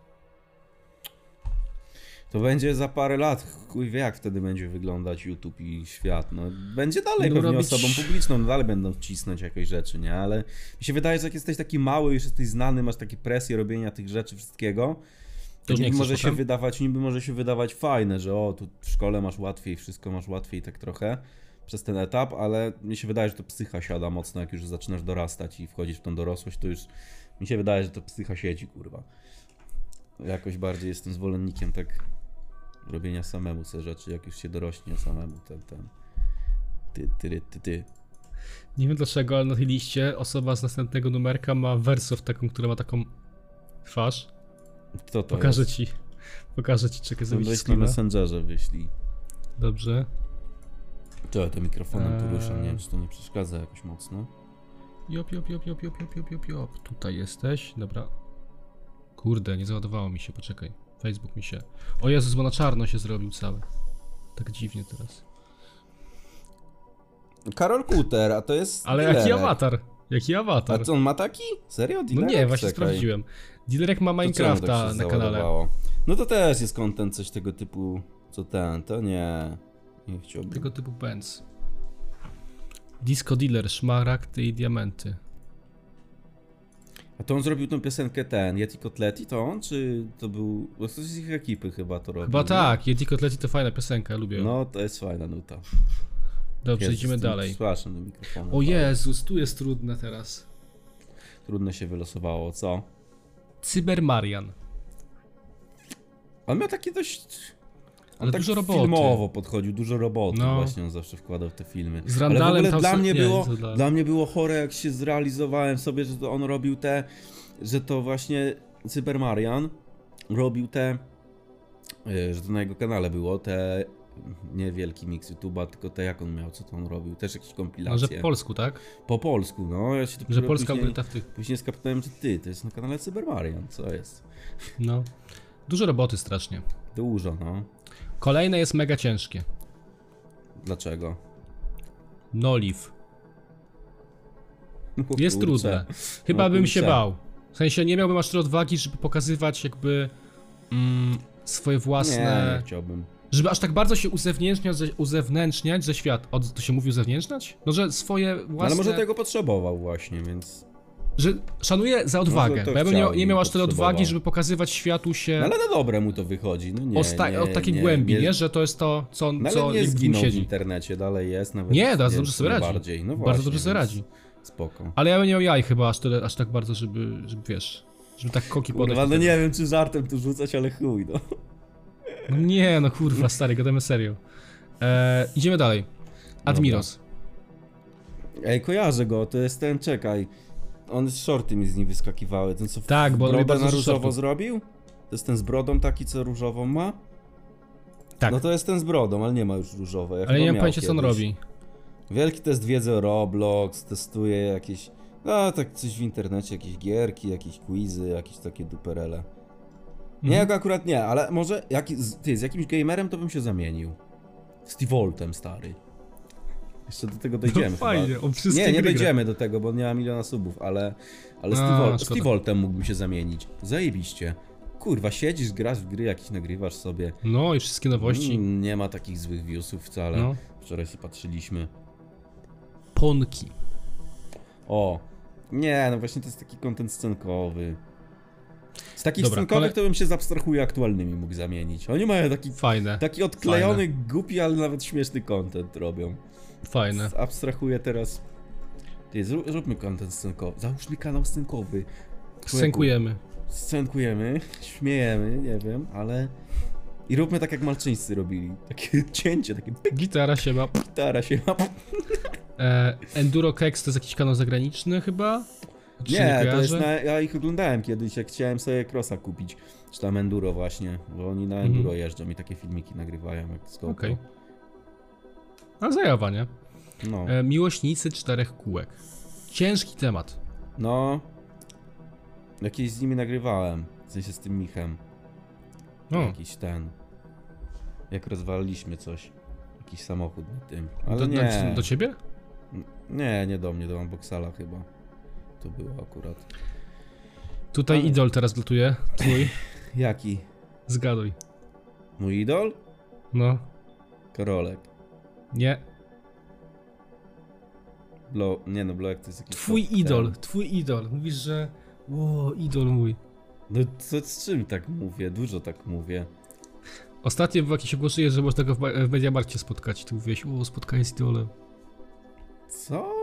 To będzie za parę lat, chuj wie jak wtedy będzie wyglądać YouTube i świat, no. Będzie dalej Będą pewnie robić- osobą publiczną, no dalej będą wcisnąć jakieś rzeczy, nie? Ale mi się wydaje, że jak jesteś taki mały, już jesteś znany, masz takie presje robienia tych rzeczy wszystkiego, to już nie niby chcesz może się potem? wydawać, niby może się wydawać fajne, że o, tu w szkole masz łatwiej, wszystko masz łatwiej tak trochę przez ten etap, ale mi się wydaje, że to psycha siada mocno, jak już zaczynasz dorastać i wchodzisz w tą dorosłość, to już mi się wydaje, że to psycha siedzi, kurwa. Jakoś bardziej jestem zwolennikiem tak robienia samemu te rzeczy, jak już się dorośnie samemu ten, ten. Ty, ty, ty, ty. Nie wiem dlaczego, ale na tej liście osoba z następnego numerka ma Wersow taką, która ma taką twarz. Kto to Pokażę jest? ci. Pokażę ci, czekaj, No zrobić Wyślij screena. Messengerze, wyślij. Dobrze. Czekaj, to mikrofonem tu Eee. ruszam, nie wiem, czy to nie przeszkadza jakoś mocno. Jop, jop, jop, jop, jop, jop, jop, jop, jop. Tutaj jesteś, dobra. Kurde, nie załadowało mi się, poczekaj. Facebook mi się. O Jezus, bo na czarno się zrobił cały. Tak dziwnie teraz. Karol Kuter, a to jest. Ale dealerek. jaki awatar? Jaki A awatar? co on ma taki? Serio? No Dealerek? nie, właśnie Czekaj. sprawdziłem. Dealerek ma To Minecrafta czemu tak się na kanale. załadowało? No to też jest content coś tego typu, co ten, to nie. Nie chciałbym. Tego typu Benz. Disco Dealer, szmaragdy i diamenty. A to on zrobił tą piosenkę ten, Yeti Kotleti, to on, czy to był... Bo to z ich ekipy chyba to robił. Chyba nie? tak, Yeti Kotleti to fajna piosenka, lubię ją. No, to jest fajna nuta. Dobrze, Jezu, idziemy z tym dalej. Przepraszam, do mikrofonu. O Jezus, tu jest trudne teraz. Trudno się wylosowało, co? Cybermarian. On miał takie dość... On Ale tak dużo roboty. filmowo podchodził, dużo roboty No. właśnie on zawsze wkładał w te filmy. Z Ale w Randallem ogóle tam dla se- mnie, nie, było, to dla- dla mnie było chore, jak się zrealizowałem sobie, że to on robił te, że to właśnie Cyber Marian robił te, y, że to na jego kanale było, te nie wielki mix YouTube'a, tylko te jak on miał, co to on robił, też jakieś No, że kompilacje. w polsku, tak? Po polsku, no. Ja się dopiero Że Polska później, ukryta w tych. później skapnąłem, że ty, to jest na kanale Cyber Marian, co jest? No. Dużo roboty strasznie. Dużo, no. Kolejne jest mega ciężkie. Dlaczego? Noliv. O No Jest kurczę. trudne. Chyba No bym się kurczę. bał. W sensie nie miałbym aż tyle odwagi, żeby pokazywać jakby mm, swoje Nie, nie własne. chciałbym. No, Żeby aż tak bardzo się uzewnętrzniać, ze, uzewnętrzniać ze świat. Od, to się mówi uzewnętrzniać? No, że swoje własne. Ale może tego potrzebował właśnie, więc... Że szanuję za No, odwagę. to bo ja bym nie, chciał nie i miał aż tyle potrzebował. odwagi, żeby pokazywać światu się No, ale na dobre mu to wychodzi, no nie, E- osta- nie od takiej nie, głębi, nie, Że to jest to, co, No, ale co nie jakby mu zginął w siedzi. internecie, dalej jest, nawet... Nie, teraz dobrze sobie tym radzi. Bardziej. No Bardzo właśnie, dobrze sobie więc radzi. Spoko. Ale ja bym nie miał jaj chyba aż, tyle, aż tak bardzo, żeby, żeby wiesz, żeby tak koki podać. Kurwa, do no tego. nie wiem, czy żartem tu rzucać, ale chuj, no. No nie, no kurwa, stary, gadamy serio. E, idziemy dalej. Admiros. Ej, kojarzę go, to jest ten, czekaj. on shorty mi z nim wyskakiwały. Ten co Tak, bo on robi brodę bardzo na dużo różowo shortów. zrobił? To jest ten z brodą taki, co różową ma? Tak. No to jest ten z brodą, ale nie ma już różowej. Ja Ale chyba nie mam miał pojęcia, co on kiedyś. robi. Wielki test wiedzy o Roblox, testuje jakieś, no tak coś w internecie, jakieś gierki, jakieś quizy, jakieś takie duperele. Nie, Mhm. go akurat nie, ale może jak, z, ty, z jakimś gamerem to bym się zamienił. Z T-Voltem, stary. Jeszcze do tego dojdziemy No chyba. fajnie, on wszystkie Nie, nie gry gra. dojdziemy do tego, bo nie ma miliona subów, ale, ale z A, T-Vol- z szkoda. T-Voltem mógłbym się zamienić. Zajebiście. Kurwa, siedzisz, grasz w gry, jakieś nagrywasz sobie. No i wszystkie nowości. Mm, nie ma takich złych viewsów wcale. No. Wczoraj się patrzyliśmy. Ponki. O, nie, no właśnie to jest taki kontent scenkowy. Z takich Dobra, scenkowych kole- to bym się z abstrahuję aktualnymi mógł zamienić. Oni mają taki, Fajne, taki odklejony, głupi, ale nawet śmieszny kontent robią. tak, fajne. Abstrahuję teraz. Ty, zró- zróbmy kontent scenkowy. Załóżmy kanał scenkowy. tak. Sękujemy. Scenkujemy, śmiejemy, nie wiem, ale... I róbmy tak jak malczyńscy robili. Takie cięcie, takie pyk, Gitara się ma. gitara się ma. E, Enduro Kex to jest jakiś kanał zagraniczny chyba? Czy Nie, to jest kojarzę? na, ja ich oglądałem kiedyś, jak chciałem sobie crossa kupić, czy tam enduro właśnie, bo oni na Mhm. enduro jeżdżą i takie filmiki nagrywają jak z GoPro. Okej. A zajawa, nie? No, E, miłośnicy czterech kółek. Ciężki temat. no, jakieś z nimi nagrywałem, w sensie z tym Michem, O, jakiś ten, jak rozwaliliśmy coś, jakiś samochód na tym, ale do, nie, do, do ciebie? nie, nie do mnie, do Unboxala chyba, to było akurat. Tutaj Ale- idol teraz latuje. Twój. Jaki? Zgaduj. Mój idol? No. Karolek. Nie. Blow, nie no, Blowek to jest jakiś... Twój top idol. ten. Twój idol. Mówisz, że... O, idol mój. No co z czym tak mówię? Dużo tak mówię. Ostatnio było jakieś ogłoszenie, że można go w, ba- w Mediamarkcie spotkać. Ty mówiłeś, o, spotkanie z idolem. Co?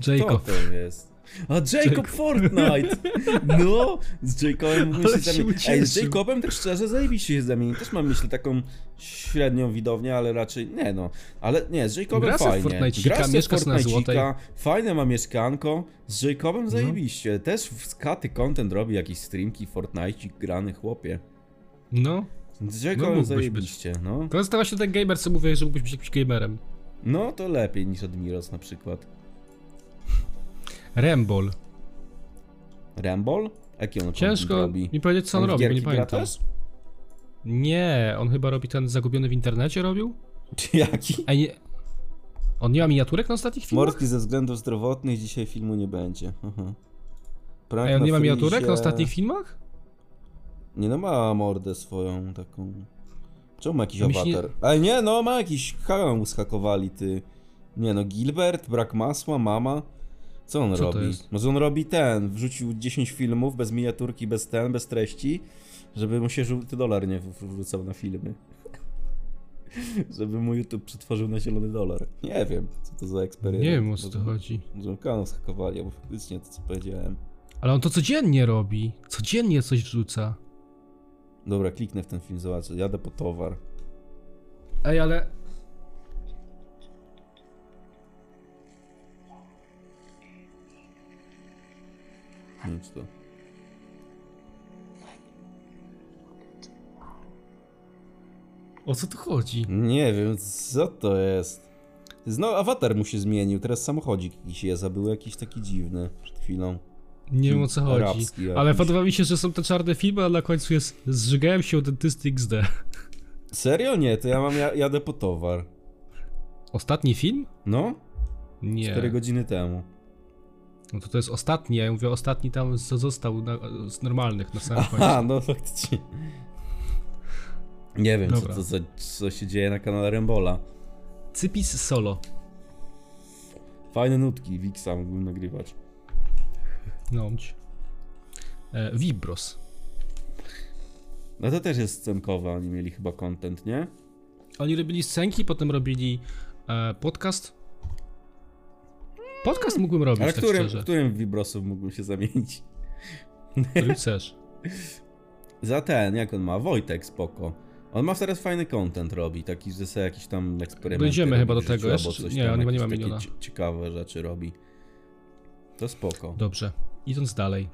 Kto Jacob. to jest? A Jacob, Jacob. Fortnite! No! Z Jacobem mógłbym Ale się się zamienić. ucieszył. Ej, z Jacobem też szczerze zajebiście się zamienić. Też mam myślę taką średnią widownię, ale raczej nie no. Ale nie, z Jacobem Gra sobie w fajnie. Fortnite'cika, Gra sobie w mieszkasz na Fortnite'cika, Złotej. No. Fajne ma mieszkanko. Z Jacobem zajebiście. Też w skaty content robi jakieś streamki Fortnite'cik grany chłopie. No. Z No, Jacobem mógłbyś zajebiście, no. To jest właśnie ten gamer, co mówię, że mógłbyś być jakimś gamerem. No to lepiej niż Admiros na przykład. Rembol. Rumble? Jaki on Ciężko content robi? mi powiedzieć, co on, w robi, bo gierki nie gra pamiętam. też? Nie, on chyba robi ten zagubiony w internecie robił? Jaki? Ej, nie... On nie ma miniaturek na ostatnich filmach? Morski ze względów zdrowotnych dzisiaj filmu nie będzie. Aha. Prank Ej, tak, on na nie ma frizie- miniaturek na ostatnich filmach? Nie no, ma mordę swoją taką. Czemu ma jakiś Mi się nie- awatar? Ale nie no, ma jakiś kanał mu skakowali, ty. Nie no, Gilbert, brak masła, mama. Co on Co to robi? jest? Może on robi ten, wrzucił 10 filmów bez miniaturki, bez ten, bez treści, żeby mu się żółty dolar nie w- wrzucał na filmy. żeby mu YouTube przetworzył na zielony dolar. Nie wiem, co to za Nie eksperyment. wiem o co tu Może- chodzi. Może kanał skakowali, bo faktycznie to co powiedziałem. Ale on to codziennie robi. Codziennie coś rzuca. Dobra, kliknę w ten film, zobaczę. Jadę po towar. Ej, ale... Nie wiem, czy to. O co tu chodzi? Nie wiem, co to jest. No, awatar mu się zmienił, teraz samochodzik jakiś jest, a był jakiś taki dziwny przed chwilą. Nie wiem o co chodzi. Arabski jakiś. Ale podoba mi się, że są te czarne filmy, a na końcu jest Zżygałem się u dentysty XD. Serio? Nie, to ja mam, ja, jadę po towar. Ostatni film? No, Nie. 4 godziny temu. No to to jest ostatni, ja mówię ostatni tam, co został na, z normalnych na samym końcu. Aha, no faktycznie. Nie wiem, co, Dobra. co, co, co się dzieje na kanale Rembola. Cypis solo. Fajne nutki, Wixa mógłbym nagrywać. No. mć. E, Vibros. No to też jest scenkowe, oni mieli chyba content, nie? Oni robili scenki, potem robili e, podcast. Podcast mógłbym robić, Ale tak którym, szczerze. którym Vibrosów mógłbym się zamienić? Który chcesz. Za ten, jak on ma? Wojtek, spoko. On ma teraz fajny content robi, taki, że sobie jakiś tam eksperyment. Dojdziemy chyba do tego jeszcze. Nie, on chyba nie ma miliona. Ciekawe rzeczy robi. To spoko. Dobrze, idąc dalej.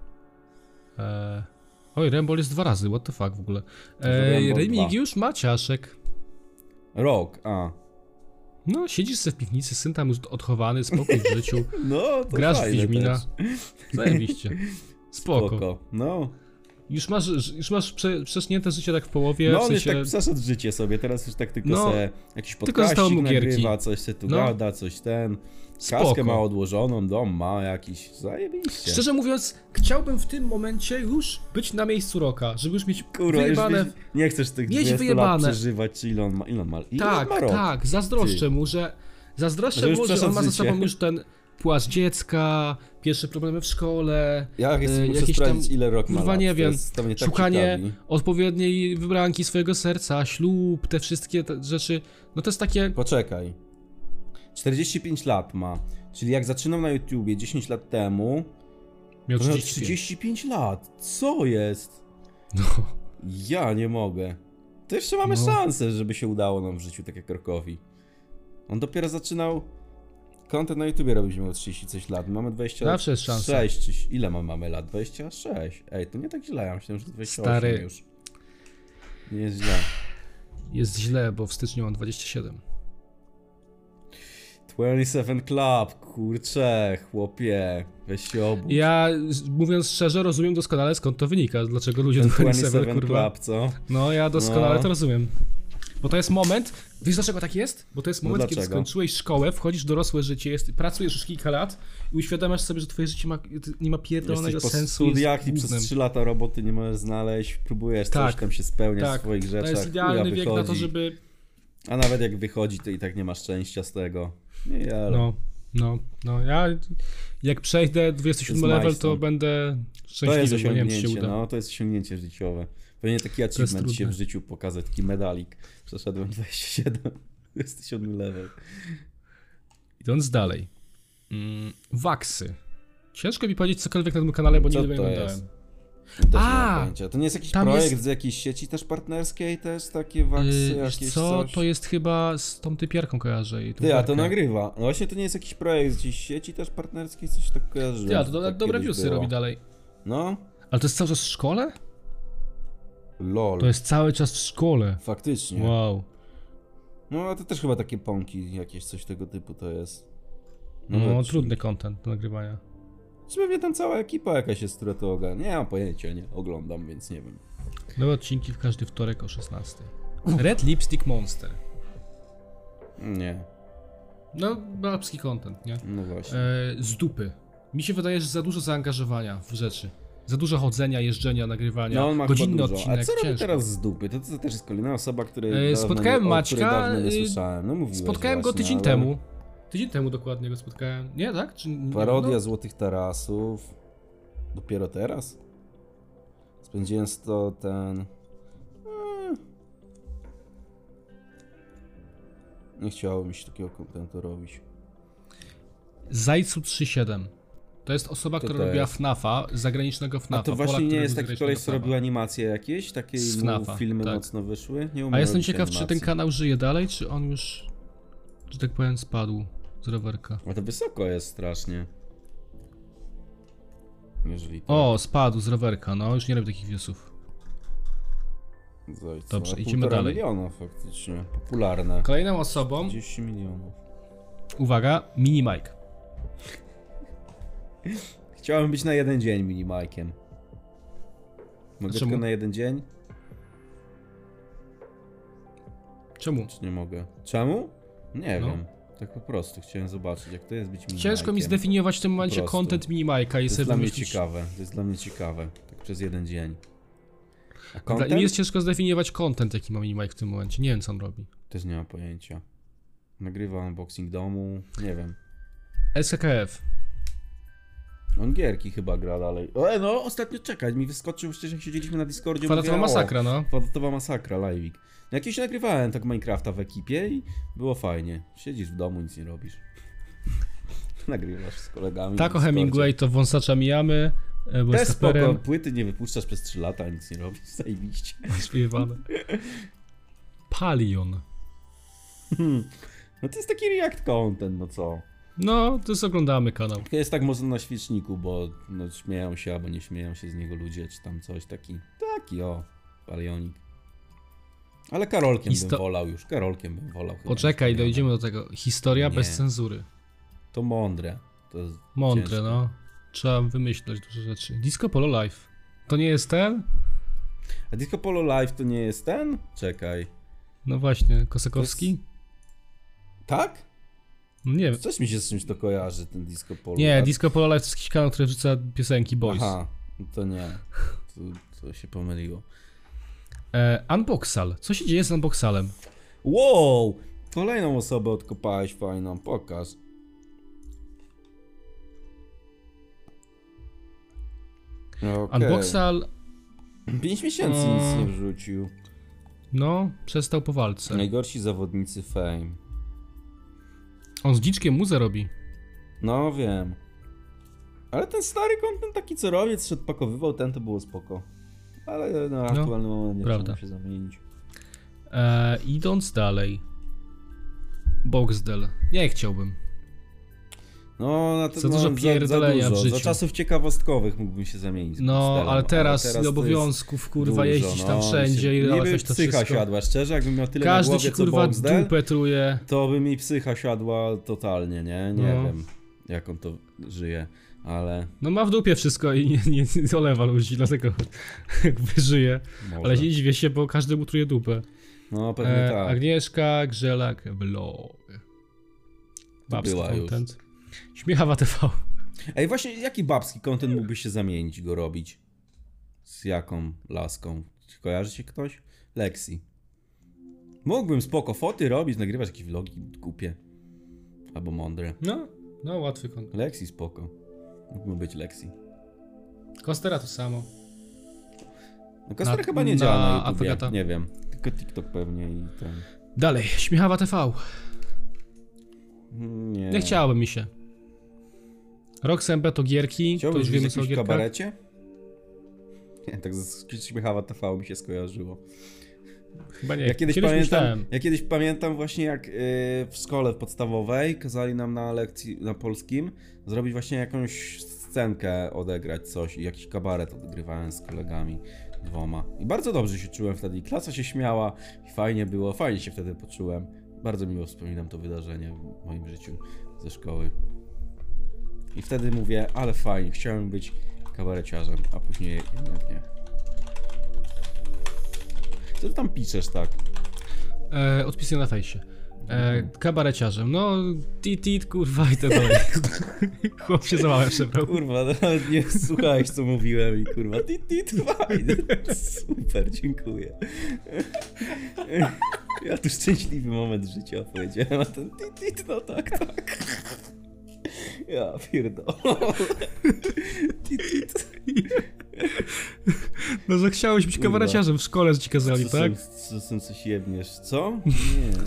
E... Oj, Rembol jest dwa razy, what the fuck w ogóle. E... Rembol Remigiusz Maciaszek. Rok, a. No, siedzisz sobie w piwnicy, syn tam już odchowany, spokój w życiu. No, to Grasz w fajne Wiedźmina. też. Zajebiście. Spoko. Spoko. No, Już masz, już masz prze, przesznięte życie tak w połowie, no w on już sensie... tak przeszedł życie sobie, teraz już tak tylko No, se jakiś tylko zostało mu podcastik gierki. nagrywa, coś se tu No. gada, coś ten. Kaskę Spoko. ma odłożoną, dom ma jakiś, zajebiście. Szczerze mówiąc, chciałbym w tym momencie już być na miejscu roka, żeby już mieć Kurwa, już wyjebane... wiesz- nie chcesz tych mieć 20 lat wyjebane. przeżywać, ile on ma, ile on ma, ile Tak, on ma rok. tak, zazdroszczę Ty. mu, że... Zazdroszczę Że już mu, że on ma za przeszedł sobą życie. już ten płaszcz dziecka, pierwsze problemy w szkole, Ja chcę, muszę e, jakieś tam sprawdzić, ile rok ma kurwa, lat. nie To wiem, jest- to mnie tak szukanie ciekawi. odpowiedniej wybranki swojego serca, ślub, te wszystkie te rzeczy. No to jest takie... Poczekaj. 45 lat ma. Czyli jak zaczynam na YouTubie 10 lat temu, Miał to miał 30. 35 lat. Co jest? No. Ja nie mogę. To jeszcze mamy No. szansę, żeby się udało nam w życiu, tak jak Rokowi. On dopiero zaczynał content na YouTubie robić, miał 30 coś lat. Mamy 26. Zawsze jest szansa. czy ile mamy, mamy lat? 26. Ej, to nie tak źle, ja myślałem, że to 28 Stary. już. Nie jest źle. Jest źle, bo w styczniu mam 27. 27 Club, kurczę, chłopie, weź się obudź. Ja, z- mówiąc szczerze, rozumiem doskonale skąd to wynika, dlaczego ludzie Ten do 27, 27 kurwa. Club, co? No, ja doskonale No. to rozumiem. Bo to jest moment, wiesz dlaczego tak jest? Bo to jest No moment, kiedy dlaczego? skończyłeś szkołę, wchodzisz w dorosłe życie, jest, pracujesz już kilka lat i uświadamiasz sobie, że twoje życie ma, nie ma pierdolonego Jesteś po sensu. jest studiach i przez gównem. 3 lata roboty nie możesz znaleźć, próbujesz Tak. coś tam się spełniać Tak, w swoich rzeczach, to jest chuja idealny wiek na to, wychodzi. żeby... A nawet jak wychodzi, to i tak nie masz szczęścia z tego. Nie, ale... No, no, no, ja jak przejdę 27 level, to milestone. będę to jest szczęśliwy, bo nie wiem, czy się osiągnięcie, uda. no, to jest osiągnięcie życiowe. Powinien taki achievement się w trudne. życiu pokazać, taki medalik. Przeszedłem 27, 27 level. Idąc dalej. Mm, waksy. Ciężko mi powiedzieć cokolwiek na tym kanale, bo Co nigdy nie to oglądałem. jest? Też nie A! mam pojęcia. To nie jest jakiś Tam projekt jest- z jakiejś sieci też partnerskiej, też takie waksy, Yy, wiesz jakieś co, coś? to jest chyba z tą typiarką kojarzę. I tą Ty, a to gierkę. nagrywa. No właśnie to nie jest jakiś projekt z jakiejś sieci też partnerskiej, coś tak kojarzy. Ty, a to do, tak dobre kiedyś viewsy było. robi dalej. No, Ale to jest cały czas w szkole? lol. To jest cały czas w szkole. Faktycznie. Wow. No, a to też chyba takie pąki jakieś, coś tego typu to jest. No, lecz- trudny content do nagrywania. Czy pewnie tam cała ekipa jakaś jest, która to ogarnia? Nie mam pojęcia, nie oglądam, więc nie wiem. Nowe odcinki w każdy wtorek o 16. Red Lipstick Monster. Nie, No, babski content, nie? no właśnie. E, z dupy. Mi się wydaje, że za dużo zaangażowania w rzeczy. Za dużo chodzenia, jeżdżenia, nagrywania. No on ma Godzinny chyba dużo. odcinek. A co robi ciężko. teraz z dupy? To, to też jest kolejna osoba, której Yy, dawno nie- spotkałem o której Maćka, dawno nie yy, słyszałem. No, mówiłeś Spotkałem go właśnie, tydzień ale temu. Tydzień temu dokładnie go spotkałem. Nie, tak? Czy, Parodia no, Złotych Tarasów. Dopiero teraz? Spędziłem z to ten... e, Mm. Nie chciało mi się takiego kontentu robić. Zajcu 37. To jest osoba, To która to robiła jest. FNAFa, zagranicznego FNAFa. A to Polak, właśnie nie który jest tak, robił taki koleś, zagranicznego co robił animacje jakieś? Takie Z mu FNAFa, filmy tak. mocno wyszły? Nie FNAFa. umiem A jestem robić ciekaw, czy ten animacji. kanał żyje dalej, czy on już, że tak powiem, spadł z rowerka. A to wysoko jest strasznie. Jeżeli to... O, spadł z rowerka, no już nie robi takich wiosów. Zajca. dobrze, A idziemy tak półtora dalej. miliona faktycznie. Popularne. Kolejną osobą, 10 milionów. uwaga, Mini Mike. Chciałem być na jeden dzień minimajkiem. Mogę Czemu? tylko na jeden dzień? Czemu? Czy nie mogę? Czemu? Nie No. wiem. Tak po prostu chciałem zobaczyć, jak to jest być minimajkiem. Ciężko mi zdefiniować w tym momencie prostu. content Mini Mike'a i To jest sobie dla mnie wymyślić ciekawe. To jest dla mnie ciekawe. Tak przez jeden dzień. A Dla, content? mi jest ciężko zdefiniować content, jaki ma Minimike w tym momencie. Nie wiem, co on robi. Też nie mam pojęcia. Nagrywa unboxing domu. Nie wiem. SKF. On gierki chyba gra dalej. E, no, ostatnio czekać. Mi wyskoczył szczerze, jak siedzieliśmy na Discordzie. Kwadratowa mówię, o, masakra, no. Kwadratowa masakra, live'ik. Jakieś nagrywałem tak Minecrafta w ekipie i było fajnie. Siedzisz w domu, nic nie robisz. Nagrywasz z kolegami. Tak o na Discordzie. Hemingway to wąsacza mijamy, e, bo Też jest spoko, raperem. płyty nie wypuszczasz przez 3 lata, nic nie robisz, zajebiście. Śpiewamy. Palion. No to jest taki react content, no co? No, to jest oglądamy kanał. Tylko Jest tak mocno na świeczniku, bo no, śmieją się albo nie śmieją się z niego ludzie, czy tam coś taki. Taki o, palionik. Ale Karolkiem Histo- bym wolał już, Karolkiem bym wolał. Chyba Poczekaj, niż dojdziemy do tego. Historia Nie. bez cenzury. Palionek. To mądre. To jest Mądre, ciężko. no. Trzeba wymyślać dużo rzeczy. Disco Polo Live. To nie jest ten? A Disco Polo Live to nie jest ten? Czekaj. No właśnie, Kosakowski? No To Tak? Nie, Coś mi się z czymś to kojarzy, ten Disco Polo nie, Live. Disco Polo Live to jest jakiś kanał, który wrzuca piosenki boys. Aha, to nie. To, to się pomyliło. E, Unboxal. Co się dzieje z Unboxalem? Wow! Kolejną osobę odkopałeś fajną, pokaż. Okay. Unboxal, 5 miesięcy nic nie wrzucił. no, przestał po walce. Najgorsi zawodnicy Fame. On z dziczkiem muzę robi. No wiem. Ale ten stary kontent taki co robiec się odpakowywał, ten to było spoko. Ale na aktualny moment nie No, prawda. trzeba się zamienić. E, idąc dalej. Boxdel. Nie chciałbym. No, na ten Za dużo moment za, za pierdolenia w dużo. Za życiu. czasów ciekawostkowych mógłbym się zamienić. z No, Konstelem, ale teraz, to ile jest obowiązków, kurwa, dużo, jeździć tam no, wszędzie i mi się- Niby robić to psycha wszystko. siadła, szczerze, jakbym miał tyle na Każdy głowie ci, co kurwa, Boxdel, dupę truje. to by mi psycha siadła totalnie, nie? Nie No. wiem, jak on to żyje, ale No ma w dupie wszystko i nie, nie, nie olewa ludzi, dlatego jakby żyje. może. Ale się nie dziwię się, bo każdy mu truje dupę. No, pewnie E, tak. Agnieszka Grzelak Blog. Babski była już. content. Śmiechawa TV. Ej, właśnie, jaki babski kontent mógłbyś się zamienić, go robić? Z jaką laską? Czy Kojarzy się ktoś? Lexi. Mógłbym spoko foty robić, nagrywać jakieś vlogi głupie. Albo mądre. No, no łatwy content. Lexi spoko. Mógłbym być Lexi. Kostera to samo. No Kasper Na- chyba nie na działa na YouTubie, Afrogata. nie wiem. Tylko TikTok pewnie i ten... Dalej, Śmiechawa TV. Nie. Nie chciałoby mi się. Roxembe to gierki, to Chciałbyś już wiemy być w co o jakimś gierkach. kabarecie? Nie, tak ze Śmiechawa TV mi się skojarzyło. Chyba nie. Ja kiedyś, myślałem. pamiętam, ja kiedyś pamiętam właśnie jak yy, w szkole podstawowej kazali nam na lekcji na polskim zrobić właśnie jakąś scenkę, odegrać coś i jakiś kabaret odgrywałem z kolegami dwoma. I bardzo dobrze się czułem wtedy i klasa się śmiała i fajnie było, fajnie się wtedy poczułem. Bardzo miło wspominam to wydarzenie w moim życiu ze szkoły. I wtedy mówię, ale fajnie, chciałem być kabareciarzem, a później jednak nie. Co ty tam piszesz tak? E, odpisuję na fejsie. Mhm. E, kabareciarzem. No, tit, tit, kurwa i tak dalej. Chłop się za małe przebrał. Kurwa, no, nawet nie słuchałeś co mówiłem i kurwa, tit, tit, fajne. no, Super, dziękuję. Ja tu szczęśliwy moment życia powiedziałem, a ten tit, tit, no tak, tak. Ja pierdolę. Tit, tit. No, że chciałeś być Kurwa. kabareciarzem w szkole, że ci kazali, Co tak? tak? Co co- coś jebniesz, co? Nie.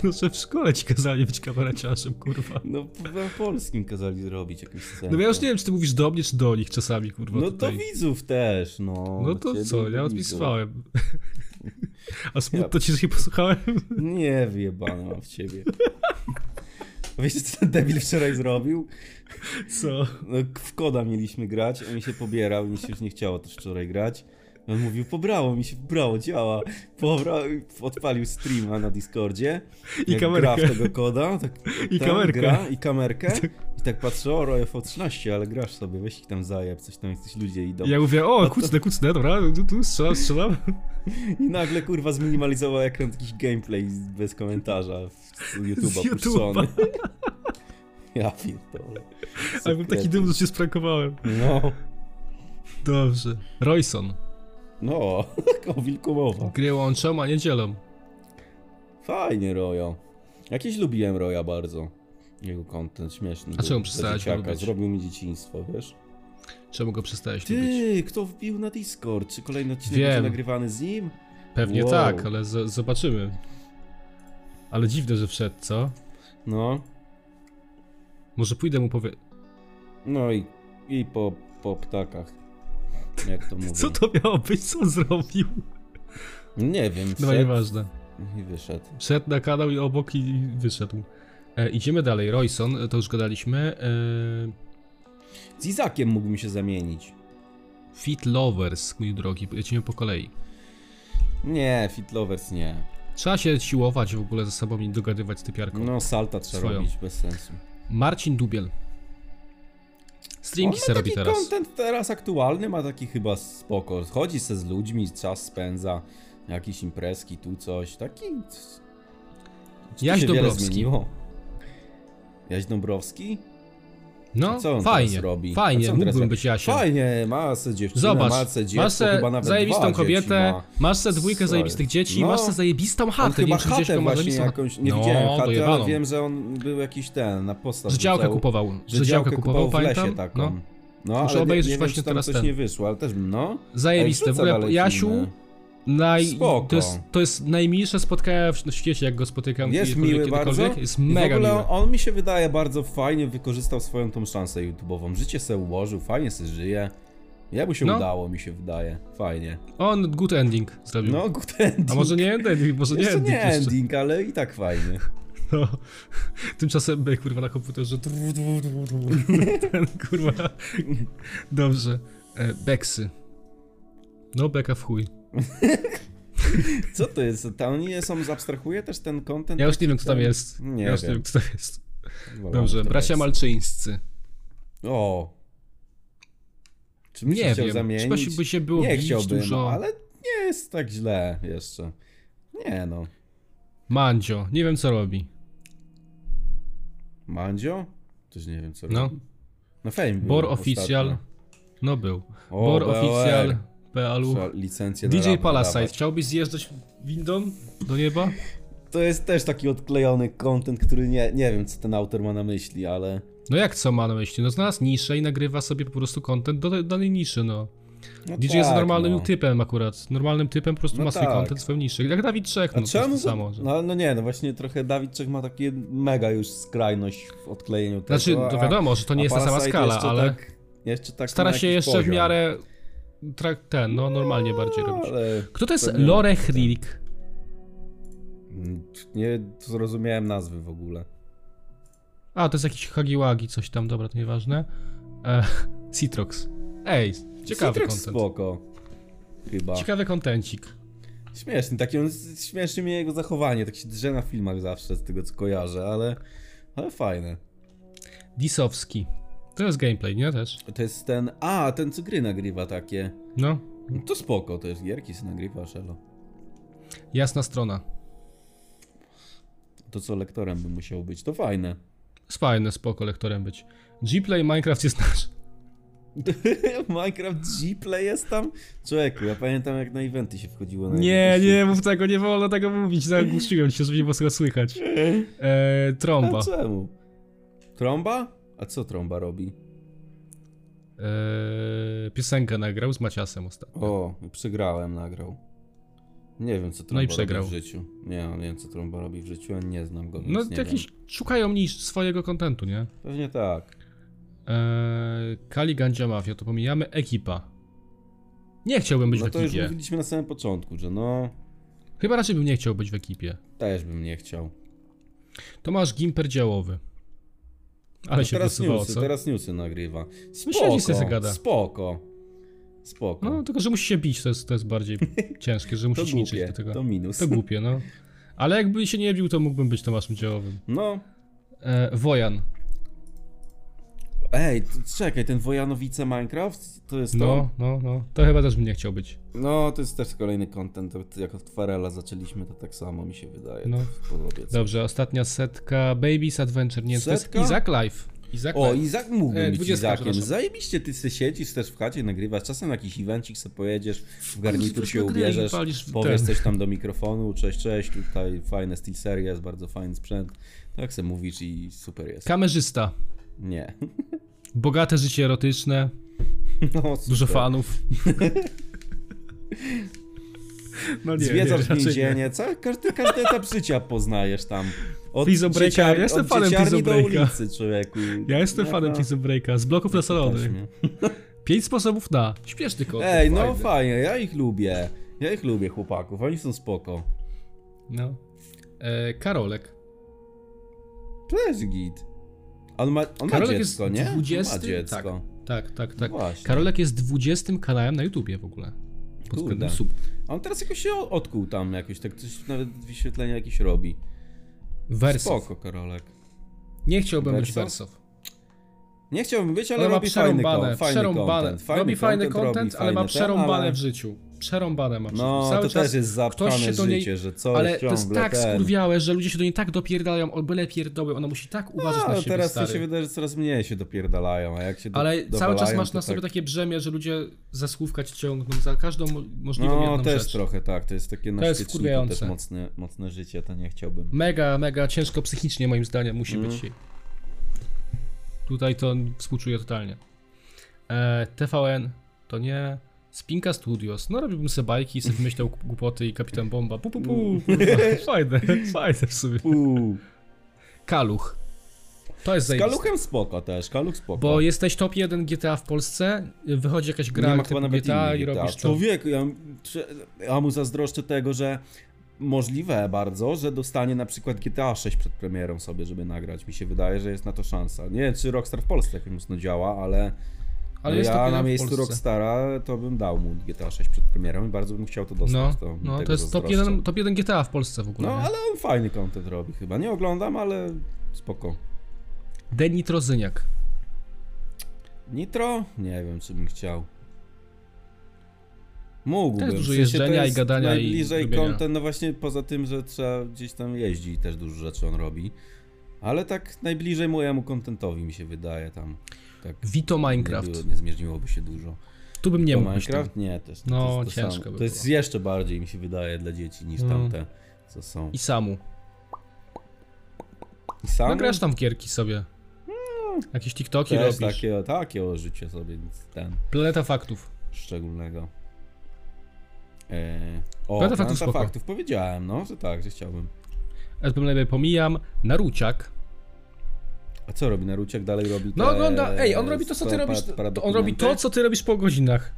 No, że w szkole ci kazali być kabareciarzem, kurwa. No po- na polskim kazali zrobić jakąś scenę. No ja już nie wiem, czy ty mówisz do mnie, czy do nich czasami, kurwa, No to tutaj. widzów też, no. No to Ciebie co, do ja widzów. odpisywałem. A smutno ci, że nie posłuchałem? Nie, wyjebane mam w ciebie. Wiecie, co ten debil wczoraj zrobił? Co? No, w koda mieliśmy grać, a mi się pobierał, mi się już nie chciało też wczoraj grać. On mówił, pobrało mi się, pobrało, działa. Pobrał, odpalił streama na Discordzie. I jak Gra kamerkę. w tego koda. Tak, I tam kamerkę. Gra, I kamerkę. I tak patrzę, o, Royal 13, ale grasz sobie, weź ich tam zajeb, coś tam, jesteś ludzie idą. I Ja mówię, o, kucnę, kucnę, dobra, tu, tu strzelam, strzelam. I nagle, kurwa, zminimalizował ekran jakiś gameplay z- bez komentarza z YouTube'a Z YouTube'a. puszczony. ja pierdolę. Ale był taki dumny, że się sprankowałem. No, Dobrze. Royson. no, o wilku mowa. Gry łączą, a nie dzielą. Fajnie Roya. Jakieś lubiłem Roya bardzo. Jego content śmieszny. A był czemu dla przestałeś dzieciaka. go lubić? Zrobił mi dzieciństwo, wiesz? Czemu go przestałeś lubić? Ty, kto wbił na Discord? Czy kolejny odcinek Wiem. będzie nagrywany z nim? Pewnie Wow. tak, ale z- zobaczymy. Ale dziwne, że wszedł, co? No, Może pójdę mu powie... no i, i po, po ptakach. Jak to mówię? Co to miało być, co on zrobił? Nie wiem, No wszedł nieważne. i wyszedł. Wszedł na kanał i obok i i wyszedł. E, idziemy dalej. Royson, e, to już gadaliśmy. E, Z Izakiem mógłbym się zamienić. Fit Lovers, mój drogi, lecimy po kolei. Nie, Fitlovers nie. Trzeba się siłować w ogóle ze sobą i dogadywać z typiarką. No, salta trzeba Swoją. robić, bez sensu. Marcin Dubiel. Streamki On ma se robi taki teraz. content teraz aktualny ma taki chyba spoko. Chodzi se z ludźmi, czas spędza, jakieś imprezki, tu coś, taki... Czy Jaś tu się wiele Dąbrowski. zmieniło? Jaś Dąbrowski? No, Co on fajnie. teraz robi? A Fajnie, co on teraz mógłbym robi? być Jasiem. Fajnie, ma se dziewczynę, Zobacz, ma se dziecko, masz se chyba nawet dwa zajebistą dzieci kobietę, ma. masz se dwójkę Sorry. zajebistych dzieci, No. masz se zajebistą On chatę. chyba nie wiem, czy dziecko chatę ma właśnie zajebistą chatę. jakąś, nie no, widziałem to chaty, ale jebaną. wiem, że on był jakiś ten, na postach Że działkę rzucał. kupował. Że działkę kupował, w lesie pamiętam. taką. No. No, Muszę ale obejrzeć nie, nie właśnie wiem, czy tam teraz coś ten. nie wyszło, ale też no. Zajebiste. Ale W wrzuca ogóle dalej Jasiu, filmy. naj... Spoko. to, jest, to jest najmilsze spotkanie w- na świecie, jak go spotykam Jest kiedykolwiek- miły kiedykolwiek. bardzo. Jest I mega w ogóle miły. on mi się wydaje bardzo fajnie wykorzystał swoją tą szansę YouTube'ową. Życie se ułożył, fajnie se żyje. Ja mu się No. udało, mi się wydaje. Fajnie. On good ending zrobił. No, good ending. A może nie ending, może nie Jeszcze ending nie jeszcze. ending, ale i tak fajny. No. Tymczasem by kurwa na komputerze. tru, tru, tru, tru. Ten kurwa. Dobrze. E, Beksy. No beka w chuj. Co to jest? Tam nie są, zabstrahuje też ten content? Ja już nie wiem co tam Ten- jest. Nie ja już nie wiem. wiem co tam jest. Wolałem Dobrze, teraz. bracia malczyńscy. O. Czy bym się Nie chciał wiem. zamienić? Trzeba się by się było nie bić chciałbym, no, dużo. ale nie jest tak źle jeszcze. Nie no. Mandzio, nie wiem co robi. Mandzio? Też nie wiem co No. robi. No fame był Bor ostatnio. Official. No był. O, Bor BOR. Official. PLU. Trzeba licencję na DJ rabat Palasite, dawać. chciałbyś zjeżdżać windą do nieba? To jest też taki odklejony content, który nie, nie wiem co ten autor ma na myśli, ale... No jak co ma na myśli? No znalazł niszę i nagrywa sobie po prostu content do tej- danej niszy, no. No DJ tak, jest normalnym no. typem akurat. Normalnym typem po prostu No ma swój tak. content, swoją niszę. Jak Dawid Czech, A no to jest czemu? to samo. Że... No, no nie, no właśnie trochę Dawid Czech ma takie mega już skrajność w odklejeniu tego. Znaczy, to a- wiadomo, że to nie a jest ta sama Parasite skala, jeszcze ale Tak, jeszcze tak stara na się jakiś jeszcze w poziom. miarę trak- ten, no normalnie No, bardziej tak. robić. Ale Kto to jest to nie- Lore Hrilik? Mm, Nie zrozumiałem nazwy w ogóle. A, to jest jakiś Hagiwagi, coś tam, dobra, to nieważne. E, Citrox. Ej, ciekawy Citrox content. spoko. Chyba. Ciekawy kontencik. Śmieszny, taki on, śmieszny mi jego zachowanie, tak się drze na filmach zawsze z tego co kojarzę, ale, ale fajne. Disowski. To jest gameplay, nie? Też. To jest ten, a ten co gry nagrywa takie. No, No to spoko, to jest gierki co nagrywa, szelo. jasna strona. To co lektorem by musiał być, to fajne. Jest fajne, spoko lektorem być. Gplay Minecraft jest nasz. Minecraft G-Play jest tam? Człowieku, ja pamiętam jak na eventy się wchodziło na Nie, jakieś- nie mów tego, nie wolno tego mówić. Zagłuszyłem się, żeby nie było tego słychać. E, trąba. A czemu? Trąba? A co trąba robi? E, piosenkę nagrał z Maciasem ostatnio. O, przegrałem, nagrał. Nie wiem, co trąba No i przegrał. robi w życiu. Nie, nie wiem, co trąba robi w życiu, ja nie znam go. No Więc nie jakiś Wiem. szukają niż swojego kontentu, nie? Pewnie tak. E, Kali Gandzia Mafia, to pomijamy. Ekipa. Nie chciałbym być No w to już ekipie. mówiliśmy na samym początku, że no, Chyba raczej bym nie chciał być w ekipie. też bym nie chciał. Tomasz Gimper działowy. Ale no się teraz posuwało, newsy, co? teraz newsy nagrywa. Spoko, siedzi sobie sobie gada. spoko. Spoko. No, tylko że musi się bić, to jest, to jest bardziej ciężkie, że to musi ćwiczyć głupie, do tego. to minus. To głupie, no. Ale jakby się nie bił, to mógłbym być Tomaszem Działowym. No, E, Wojan. ej, t- czekaj, ten Wojanowice Minecraft, to jest to? No, no, no. To chyba też bym nie chciał być. No, to jest też kolejny content, to- to jak od Farela zaczęliśmy, to tak samo mi się wydaje. No. No. W podobie, co- Dobrze, ostatnia setka. Babies Adventure. Nie, to Setka? jest Izak Life. Izak O, Life. Izak mógłby E, być 20, Izakiem. przepraszam. Zajebiście, ty se siedzisz też w chacie, nagrywasz, czasem na jakiś evencik se pojedziesz, w Kurwa, garnitur się nagryj, ubierzesz, palisz w powiesz ten. coś tam do mikrofonu, cześć, cześć, tutaj fajne SteelSeries, jest bardzo fajny sprzęt. Tak se mówisz i super jest. Kamerzysta. Nie. Bogate życie erotyczne. No, Dużo super. fanów. No Zwiedzasz raczej nie. więzienie, co? Każdy, każdy etap życia poznajesz tam. Od Prison Breaka, dzieciar- ja jestem od fanem dzieciarni Prison do Breaka. ulicy, człowieku. Ja jestem fanem No, Prison Breaka. Z bloków na salony. taśmie. Pięć sposobów na. Śmieszny kot. Ej, no fajny. fajnie, ja ich lubię. Ja ich lubię, chłopaków, oni są spoko. No. E, Karolek. To jest git. On ma, on ma Karolek dziecko, jest nie? On 20, ma dziecko. tak. Tak, tak, tak. Właśnie. Karolek jest 20 kanałem na YouTubie w ogóle. Pod względem Kurde. sub. On teraz jakoś się o- odkuł tam jakoś, tak coś nawet wyświetlenia jakieś robi. Wersow. Spoko, Karolek. Nie chciałbym być Wersow? Wersow. Nie chciałbym być, ale Ale ma robi fajny, przerąbane, kon- fajny przerąbane. content. Fajny Robi fajny content, robi content, ale ma fajny ten, przerąbane ale- w życiu. Przerąbane ma w życiu. No, Cały to czas też jest zapchane ktoś się do życie, niej- że coś Ale to ciągle jest tak ten. skurwiałe, że ludzie się do niej tak dopierdają, o byle pierdoły, ona musi tak uważać No, na siebie, teraz stary. to się wydaje, że coraz mniej się dopierdalają, a jak się do- Ale cały czas dowalają, masz to na sobie tak... takie brzemię, że ludzie za słówka ci ciągną, za każdą mo- możliwą No, jedną też rzecz. trochę tak, to jest takie na To jest świeczniku wkurwiające. też mocne, mocne życie, to nie chciałbym. Mega, mega ciężko psychicznie moim zdaniem musi Mhm. być jej. Tutaj to współczuję totalnie. E, TVN to nie. Spinka Studios. No robiłbym sobie bajki, sobie myślał głupoty i Kapitan Bomba. Pu, pu, pu. Mm. kurwa. Fajne, fajne w sumie. Uuu. Kaluch. To jest Z zajebiste. Kaluchem spoko też, Kaluch spoko. Bo jesteś top 1 GTA w Polsce, wychodzi jakaś gra nie ma typu chyba nawet GTA innych i gitar. robisz to. Człowieku, ja, m- czy- ja mu zazdroszczę tego, że możliwe bardzo, że dostanie na przykład GTA 6 przed premierą sobie, żeby nagrać. Mi się wydaje, że jest na to szansa. Nie wiem, czy Rockstar w Polsce jakoś mocno działa, ale, Ale jest top ja 1 na w miejscu Polsce. Rockstara to bym dał mu GTA 6 przed premierą i bardzo bym chciał to dostać. No, to, mi no tego to jest top zazdroszczę. 1, top 1 GTA w Polsce w ogóle. No, nie? ale on fajny content robi chyba. Nie oglądam, ale spoko. Denitrozyniak. Nitro? Nie wiem, czy bym chciał. Mógłbym. dużo W sensie to jeżdżenia i jest gadania i Najbliżej robienia. content, no właśnie poza tym, że trzeba gdzieś tam jeździ i też dużo rzeczy on robi. Ale tak najbliżej mojemu contentowi mi się wydaje tam. Tak Vito Minecraft. Nie, było, nie zmierniłoby się dużo. Tu bym nie To mógł być tym. Minecraft? Nie, to jest No, to jest to, ciężko samo. by to jest było. jeszcze bardziej mi się wydaje dla dzieci niż No. tamte, co są. I samu. I sam No grasz tam w gierki sobie. Jakieś TikToki też robisz. takie, takie o życie sobie, nic ten. Planeta faktów. szczególnego. E, o, Planeta faktów Planeta spoko. faktów powiedziałem, no, że tak, że chciałbym. Album najpierw pomijam. Naruciak. A co robi Naruciak? Dalej robi No te, ogląda, ej, on robi to, co sto- ty robisz, pa- paradokumenty? on robi to, co ty robisz po godzinach.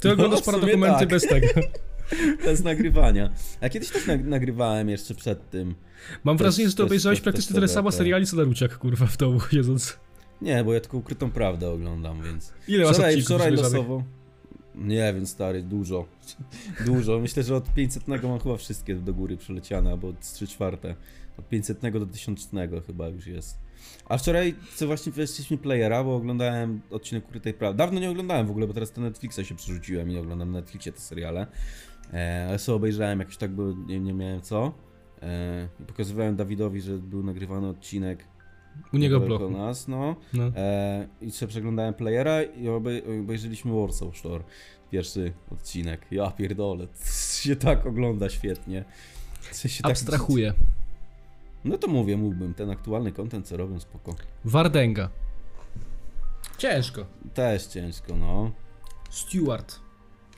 Ty No, oglądasz w sumie paradokumenty tak. bez tego. Bez nagrywania. A kiedyś też nag- nagrywałem jeszcze przed tym. Mam To wrażenie, jest- że ty to jest- obejrzałeś to- to- tak, praktycznie to- tyle to- samo to- seriali, co Naruciak, kurwa, w domu jedząc. Nie, bo ja tylko ukrytą prawdę oglądam, więc... Ile masz wczoraj, odcinków wczoraj obejrzanych? losowo... Nie wiem, stary, dużo. Dużo. Myślę, że od 500 mam chyba wszystkie do góry przeleciane, albo od 3 czwarte. Od 500 do 1000 chyba już jest. A wczoraj, co właśnie weszliśmy Playera, bo oglądałem odcinek Ukrytej Prawdy. Dawno nie oglądałem w ogóle, bo teraz to Netflixa się przerzuciłem i oglądam na Netflixie te seriale. E, ale sobie obejrzałem jakoś tak, bo nie, nie miałem co. E, i pokazywałem Dawidowi, że był nagrywany odcinek U niego niedaleko bloku. nas, no. No. E, I sobie przeglądałem playera i obej- obejrzeliśmy Warsaw Shore. Pierwszy odcinek. Ja pierdolę, to się tak ogląda świetnie. To się tak- Abstrahuję. No to mówię, mógłbym. Ten aktualny content, co robią, spoko. Wardęga. Ciężko. Też ciężko, no. Stewart.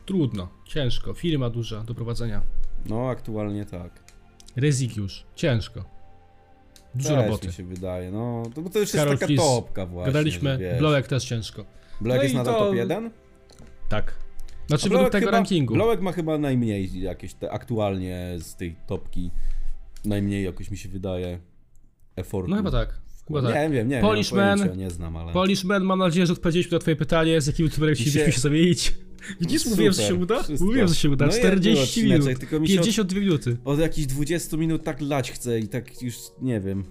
Trudno. Ciężko. Firma duża do prowadzenia. No, aktualnie tak. Rezygiusz. Ciężko. Dużo Też roboty. mi się wydaje, no. To, bo to już Karol jest taka Flis. topka właśnie. że Gadaliśmy. wiesz. Blowek też ciężko. Blowek No jest i nadal to- top 1? Tak. Znaczy A według Blowek tego chyba- rankingu. Blowek ma chyba najmniej jakieś te aktualnie z tej topki. Najmniej jakoś mi się wydaje efortu. No chyba tak. Chyba tak. Nie wiem, nie Polish wiem, pojęcia Man. nie znam, ale... Polishman, mam nadzieję, że odpowiedzieliśmy na twoje pytanie, z jakim youtuberem Dzisiaj- chcielibyśmy się zamienić. Widzisz, Super, mówiłem, że się uda? wszystko. Mówiłem, że się uda. No i jak było 40 minut. odcineczek, tylko mi się od- 52 minuty. Od jakichś 20 minut tak lać chcę i tak już, nie wiem.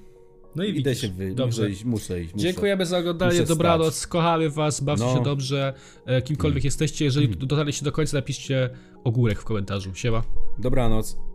No i Idę widzisz. się wy... Dobrze. Muszę iść, muszę iść, muszę. Dziękujemy za oglądanie, Muszę wstać. dobranoc, kochamy was, bawcie No. Mm. się dobrze, e, kimkolwiek jesteście. Jeżeli dotarliście do końca, napiszcie ogórek w komentarzu. Siema. Dobranoc.